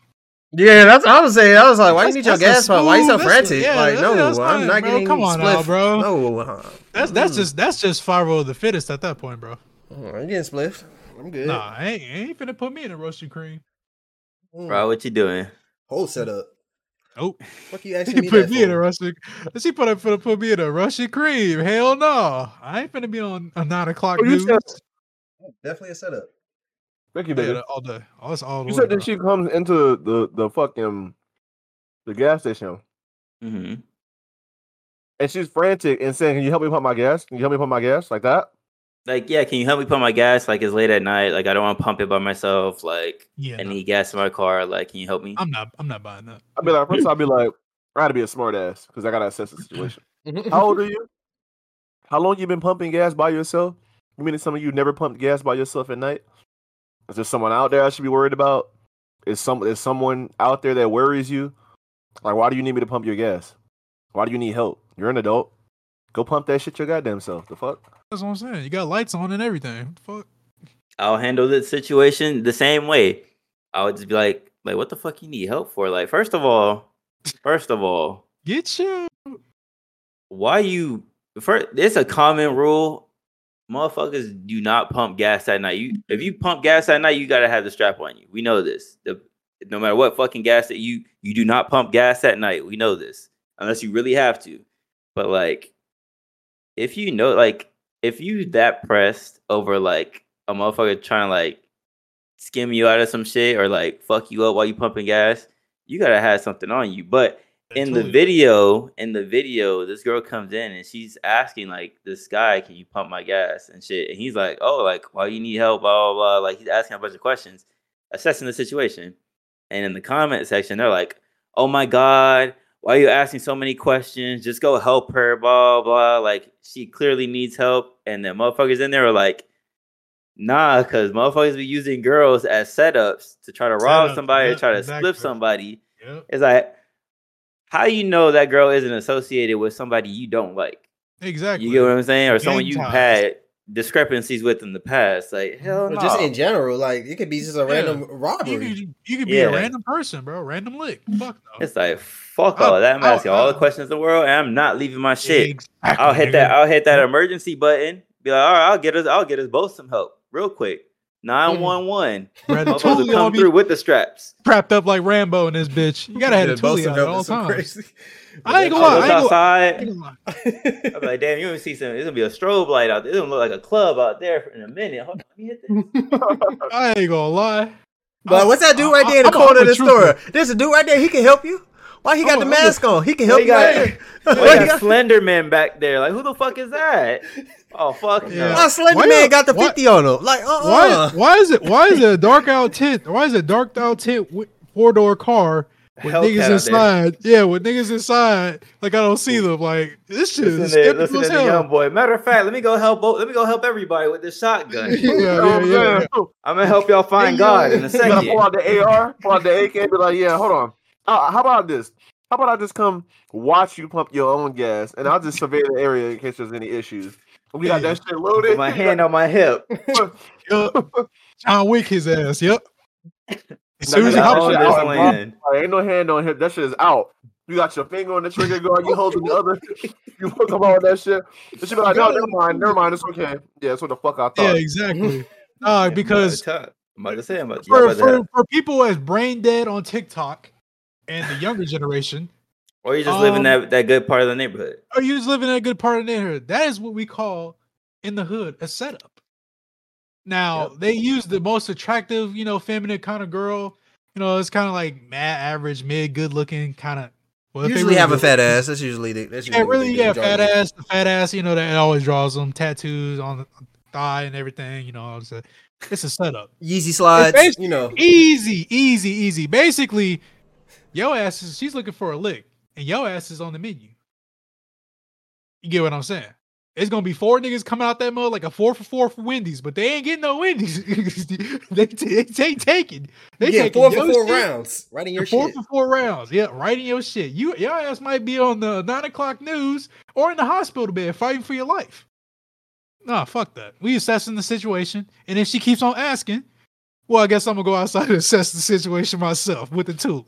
Yeah, that's what I was saying. I was like, why you need your That's- that's gas pump? Why you so smooth- that's- frantic? yeah, like, that's- no, that's I'm fine, not bro. getting Come on now, spliff. bro. No, uh, That's that's Mm. just that's just five roll of the fittest at that point, bro. I'm getting spliffed. I'm good. Nah, I ain't, I ain't finna put me in a roasted cream. Hmm. Bro, what you doing? Mm. Whole setup. Oh, fuck you He asking me put that me in for? a Russian. She put up finna put me in a Russian cream. Hell no, I ain't finna be on a nine o'clock Oh, you news. said- Definitely a setup. Thank you, Yeah, baby. all day. All that's all the You way, said bro. that she comes into the the fucking the gas station. Mm-hmm. And she's frantic and saying, "Can you help me pump my gas? Can you help me pump my gas?" Like that. Like, yeah, can you help me pump my gas? Like it's late at night. Like I don't want to pump it by myself. Like Yeah, I need gas in my car. Like, can you help me? I'm not. I'm not buying that. I'd be like, *laughs* first I'd be like, I gotta be a smart ass because I gotta assess the situation. How old are you? How long you been pumping gas by yourself? You mean that some of you never pumped gas by yourself at night? Is there someone out there I should be worried about? Is some is someone out there that worries you? Like, why do you need me to pump your gas? Why do you need help? You're an adult. Go pump that shit your goddamn self. The fuck? That's what I'm saying. You got lights on and everything. What I'll handle the situation the same way. I would just be like, like, what the fuck you need help for? Like, first of all, first of all, the fuck? Get you. why you first it's a common rule. Motherfuckers do not pump gas at night. You if you pump gas at night, you gotta have the strap on you. We know this. The, no matter what fucking gas that you you do not pump gas at night. We know this. Unless you really have to. But like if you know like if you that pressed over like a motherfucker trying to like skim you out of some shit or like fuck you up while you pumping gas, you gotta have something on you. But in the Totally. video, in the video, this girl comes in and she's asking like this guy, can you pump my gas and shit? And he's like, oh, like why you need help, blah blah blah. Like he's asking a bunch of questions, assessing the situation. And in the comment section, they're like, oh my god, why are you asking so many questions? Just go help her, blah blah. Like she clearly needs help. And the motherfuckers in there are like, nah, because motherfuckers be using girls as setups to try to rob Setups, somebody, or yep, try to exactly. split somebody. Yep. It's like, how you know that girl isn't associated with somebody you don't like? Exactly. You get what I'm saying, or someone Gang you ties. had discrepancies with in the past? Like hell Or no. just in general, like it could be just a random You robbery. could, you could be a Yeah. random person, bro. Random lick. Fuck no. It's like fuck Oh, all of that. I'm asking all the questions in the world, and I'm not leaving my shit. I'll hit that. I'll hit that emergency button. Be like, all right, I'll get us. I'll get us both some help real Mm. quick. Nine one one. Ratatouille gonna Come be- through with the straps. Prepped up like Rambo in this bitch. You gotta have a Tully out at all times. *laughs* I ain't gonna I'll lie. look I ain't gonna- *laughs* outside. I'm *laughs* like, damn, you gonna see some. It's gonna be a strobe light out there. It's gonna look like a club out there in a minute. Hold on, let me hit this. I ain't gonna lie. But what's that dude right there in the I'm a- corner of I'm a the store? trooper. There's a dude right there. He can help you. Why he got I'm a- the I'm a- mask on? He can Well, help you you. Right got, there. *laughs* *laughs* well, you got Slender Man back there. Like, who the fuck is that? Oh fuck no. Why Slender Why Man not? got the Why- fifty on him? Like, uh, Why? Why is it? Why is it a dark out tint? Why is it dark out tint four door car with Hellcat out niggas there. inside? Yeah, with niggas inside. Like I don't see them. Like this shit Listen is to, skeptical listen to as *laughs* the young hell. boy. Matter of fact, let me go help. Both, let me go help everybody with this shotgun. *laughs* Yeah, Oh, yeah, yeah, yeah. I'm gonna help y'all find God in a You gotta pull second. out the AR, pull out the AK, and be like, yeah, hold on. Uh, how about this? How about I just come watch you pump your own gas, and I'll just survey the area in case there's any issues. We got that shit Put loaded. *laughs* my hand on my hip. Yup. John Wick his ass. Yep. As Now, soon as he you got hops all in that the out, car, land. bro. Like, ain't no hand on hip. That shit is out. You got your finger on the trigger guard. You holding *laughs* the other. You holding all that shit. And she be like, no, never mind, never mind. It's okay. Yeah, that's what the fuck I thought. yeah, *laughs* exactly. Nah, because I'm about to say, I'm about, yeah, I'm for, about to for, have- for people as brain dead on TikTok and the younger generation, or you just live in um, that, that good part of the neighborhood. are you just living in a good part of the neighborhood? That is what we call in the hood a setup. Now they use the most attractive, you know, feminine kind of girl. You know, it's kind of like mad, average, mid, good looking kind of. Well, if they usually really have a good- fat ass. That's usually the. That's Yeah, usually what really, they do, yeah, draw fat them. ass, the fat ass. You know that it always draws them tattoos on the thigh and everything. You know, it's a, it's a setup. Yeezy slides. basically- You know, easy, easy, easy. Basically, yo ass is she's looking for a lick, and yo ass is on the menu. You get what I'm saying? It's gonna be four niggas coming out that mug like a four for four for Wendy's, but they ain't getting no Wendy's. *laughs* they t- they taking they Yeah, taking four for your four shit. rounds, right in your four shit. for four rounds. Yeah, right in your shit. You your ass might be on the nine o'clock news or in the hospital bed fighting for your life. Nah, fuck that. We assessing the situation, and if she keeps on asking, well, I guess I'm gonna go outside and assess the situation myself with the tool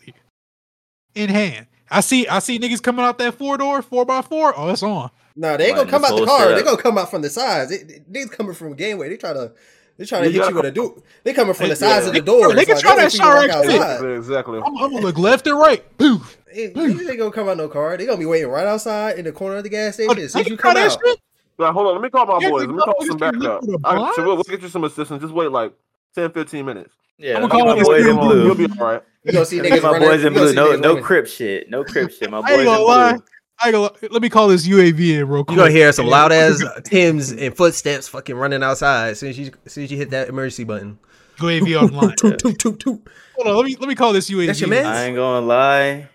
in hand. I see I see niggas coming out that four door, four by four. Oh, it's on. No, they ain't gonna come out the car. They gonna come out from the sides. They, they, they's coming from Gameway. They try to, they trying to Yeah, you hit you with a dude. They coming from the sides of the Nigga, door. nigga, try that shower Exactly. I'm, I'm gonna look left and right. Poof. They, they ain't gonna come out no car. They gonna be waiting right outside in the corner of the gas Oh, station as soon as you nigga, try come that out. Now, hold on, let me call my Yeah, boys. the Let me call motherfuckers some can backup. look for the All right, so blinds? we'll, we'll get you some assistance. Just wait like 10, 15 minutes. Yeah, let I'm me gonna call call my my boys boys. in blue. You'll be all right. You gonna see Let me get niggas my running- boys in you gonna blue. see No, niggas no running. crip shit. No crip shit. My I ain't boys in gonna lie. blue. I ain't gonna lie. Let me call this UAV in real quick. You gonna *laughs* hear some loud ass uh, Tim's and footsteps fucking running outside as soon as you as soon as you hit that emergency button. UAV online. *laughs* Toot, toot, toot, toot. Hold on, let me let me call this UAV. That's your man? I ain't gonna lie,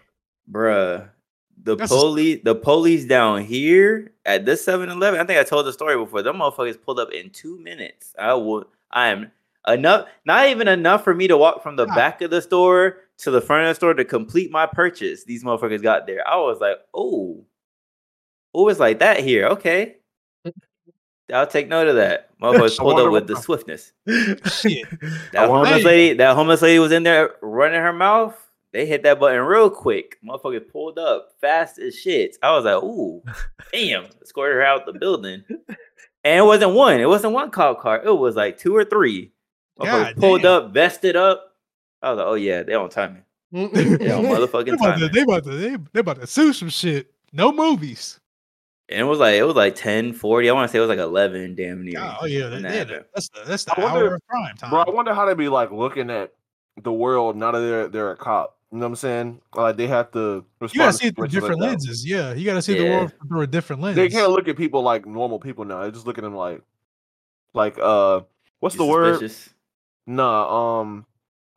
bruh. The That's a- police, the police down here at this 7-Eleven. I think I told the story before. Them motherfuckers pulled up in two minutes. I would. I am enough. Not even enough for me to walk from the back of the store to the front of the store to complete my purchase. These motherfuckers got there. I was like, oh, oh, it's like that here. Okay, I'll take note of that. Motherfuckers I pulled wonder up with why. the swiftness. Shit. That wonder- homeless lady, that homeless lady was in there running her mouth. They hit that button real quick. Motherfucker pulled up fast as shit. I was *laughs* like, ooh, damn. Escorted her out the building. And it wasn't one. It wasn't one cop car. It was like two or three. Motherfucker God pulled damn. up, vested up. I was like, oh yeah, they on timing. *laughs* They on They motherfucking about, to, timing. they, about to, they, they about to sue some shit. No movies. And it was like it was like 10, 40. I want to say it was like 11 damn near. Oh yeah, they, when they that had happened. that. that's the, that's the I wonder- hour of prime time. Bro, I wonder how they be like looking at the world now that they're they're a cop. You know what I'm saying? Like they have to respond. you gotta to see it through situations like different that. lenses. Yeah, you gotta see the Yeah. world through a different lens. They can't look at people like normal people now. They just look at them like, like uh, what's You the word? suspicious? Nah, um,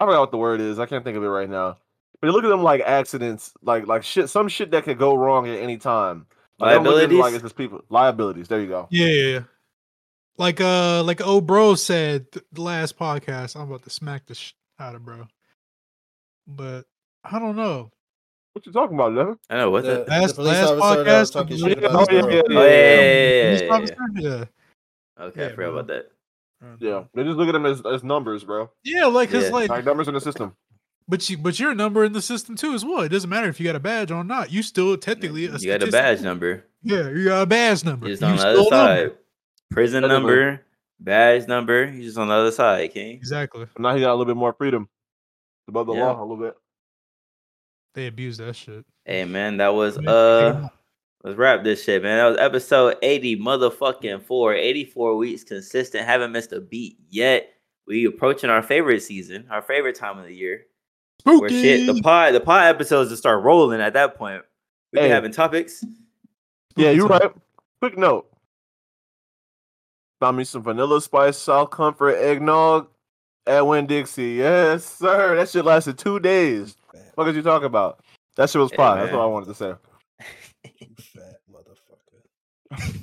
I forgot what the word is. I can't think of it right now. But they look at them like accidents, like like shit, some shit that could go wrong at any time. Like, they don't look at them like Liabilities? it's just people liabilities. There you go. Yeah, yeah, yeah. Like uh, like old bro said th- the last podcast. I'm about to smack the sh- out of bro. But I don't know. What you talking about, Levin? I know what's The- it. Last police last officer that was podcast. talking the shit police about officer- his girl. Oh, yeah, yeah, police yeah, yeah, officer, yeah. yeah. Okay, I Yeah, forgot about that. Yeah, they just look at them as, as numbers, bro. Yeah, like Yeah. cause like, Like numbers in the system. but you but your number in the system too as well. It doesn't matter if you got a badge or not. You still technically a You got a statistic. badge number. Yeah, you got a badge number. Just You on the still other a number. side. Prison Another number. number, badge number. He's just on the other side, King. Exactly. But now he got a little bit more freedom above the Yeah. law a little bit. They abused that shit. Hey man, that was Yeah, uh let's wrap this shit, man. That was episode 80 motherfucking four. 84 weeks consistent. Haven't missed a beat yet. We approaching our favorite season, our favorite time of the year. Where shit the Spooky. pod the pod episodes just start rolling at that point. We be Hey. having topics. *laughs* Yeah, you're right. Quick note. Found me some vanilla spice, South Comfort eggnog at Winn Dixie. Yes, sir. That shit lasted two days. What could you talk about? That shit was Hey, fire. That's man. what I wanted to say. *laughs* Fat motherfucker.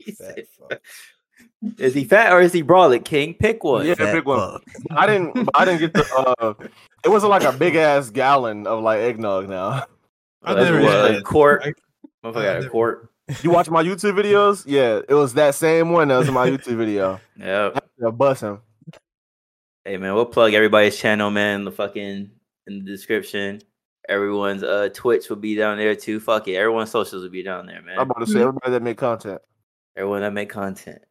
He Fat said- fuck. Is he fat or is he brolic, King? Pick one. Yeah, Fat big one. fuck. I didn't. I didn't get the. Uh, it wasn't like a big ass gallon of like eggnog. Now I That's never what, had a quart. I- Motherfucker I got a never- quart. you watch my YouTube videos. Yeah, it was that same one that was in my YouTube video. Yeah. Yeah, bust him. Hey man, we'll plug everybody's channel, man. The fucking in the description. Everyone's uh Twitch will be down there too. Fuck it. Everyone's socials will be down there, man. I'm about to say everybody that make content. Everyone that make content.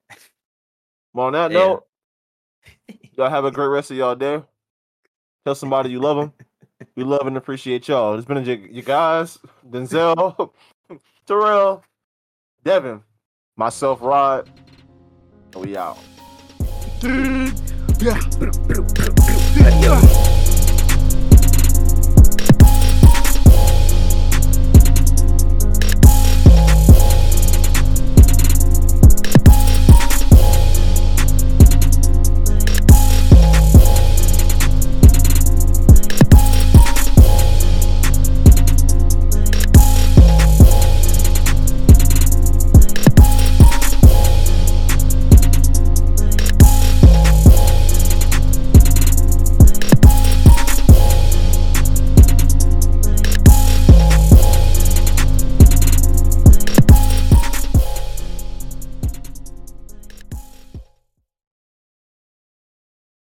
Well, on that Yeah. note, y'all have a great rest of y'all day. Tell somebody you love them. We love and appreciate y'all. It's been your, you guys, Denzel, *laughs* Terrell, Devin, myself, Rod. and We out. Yeah. Let's go.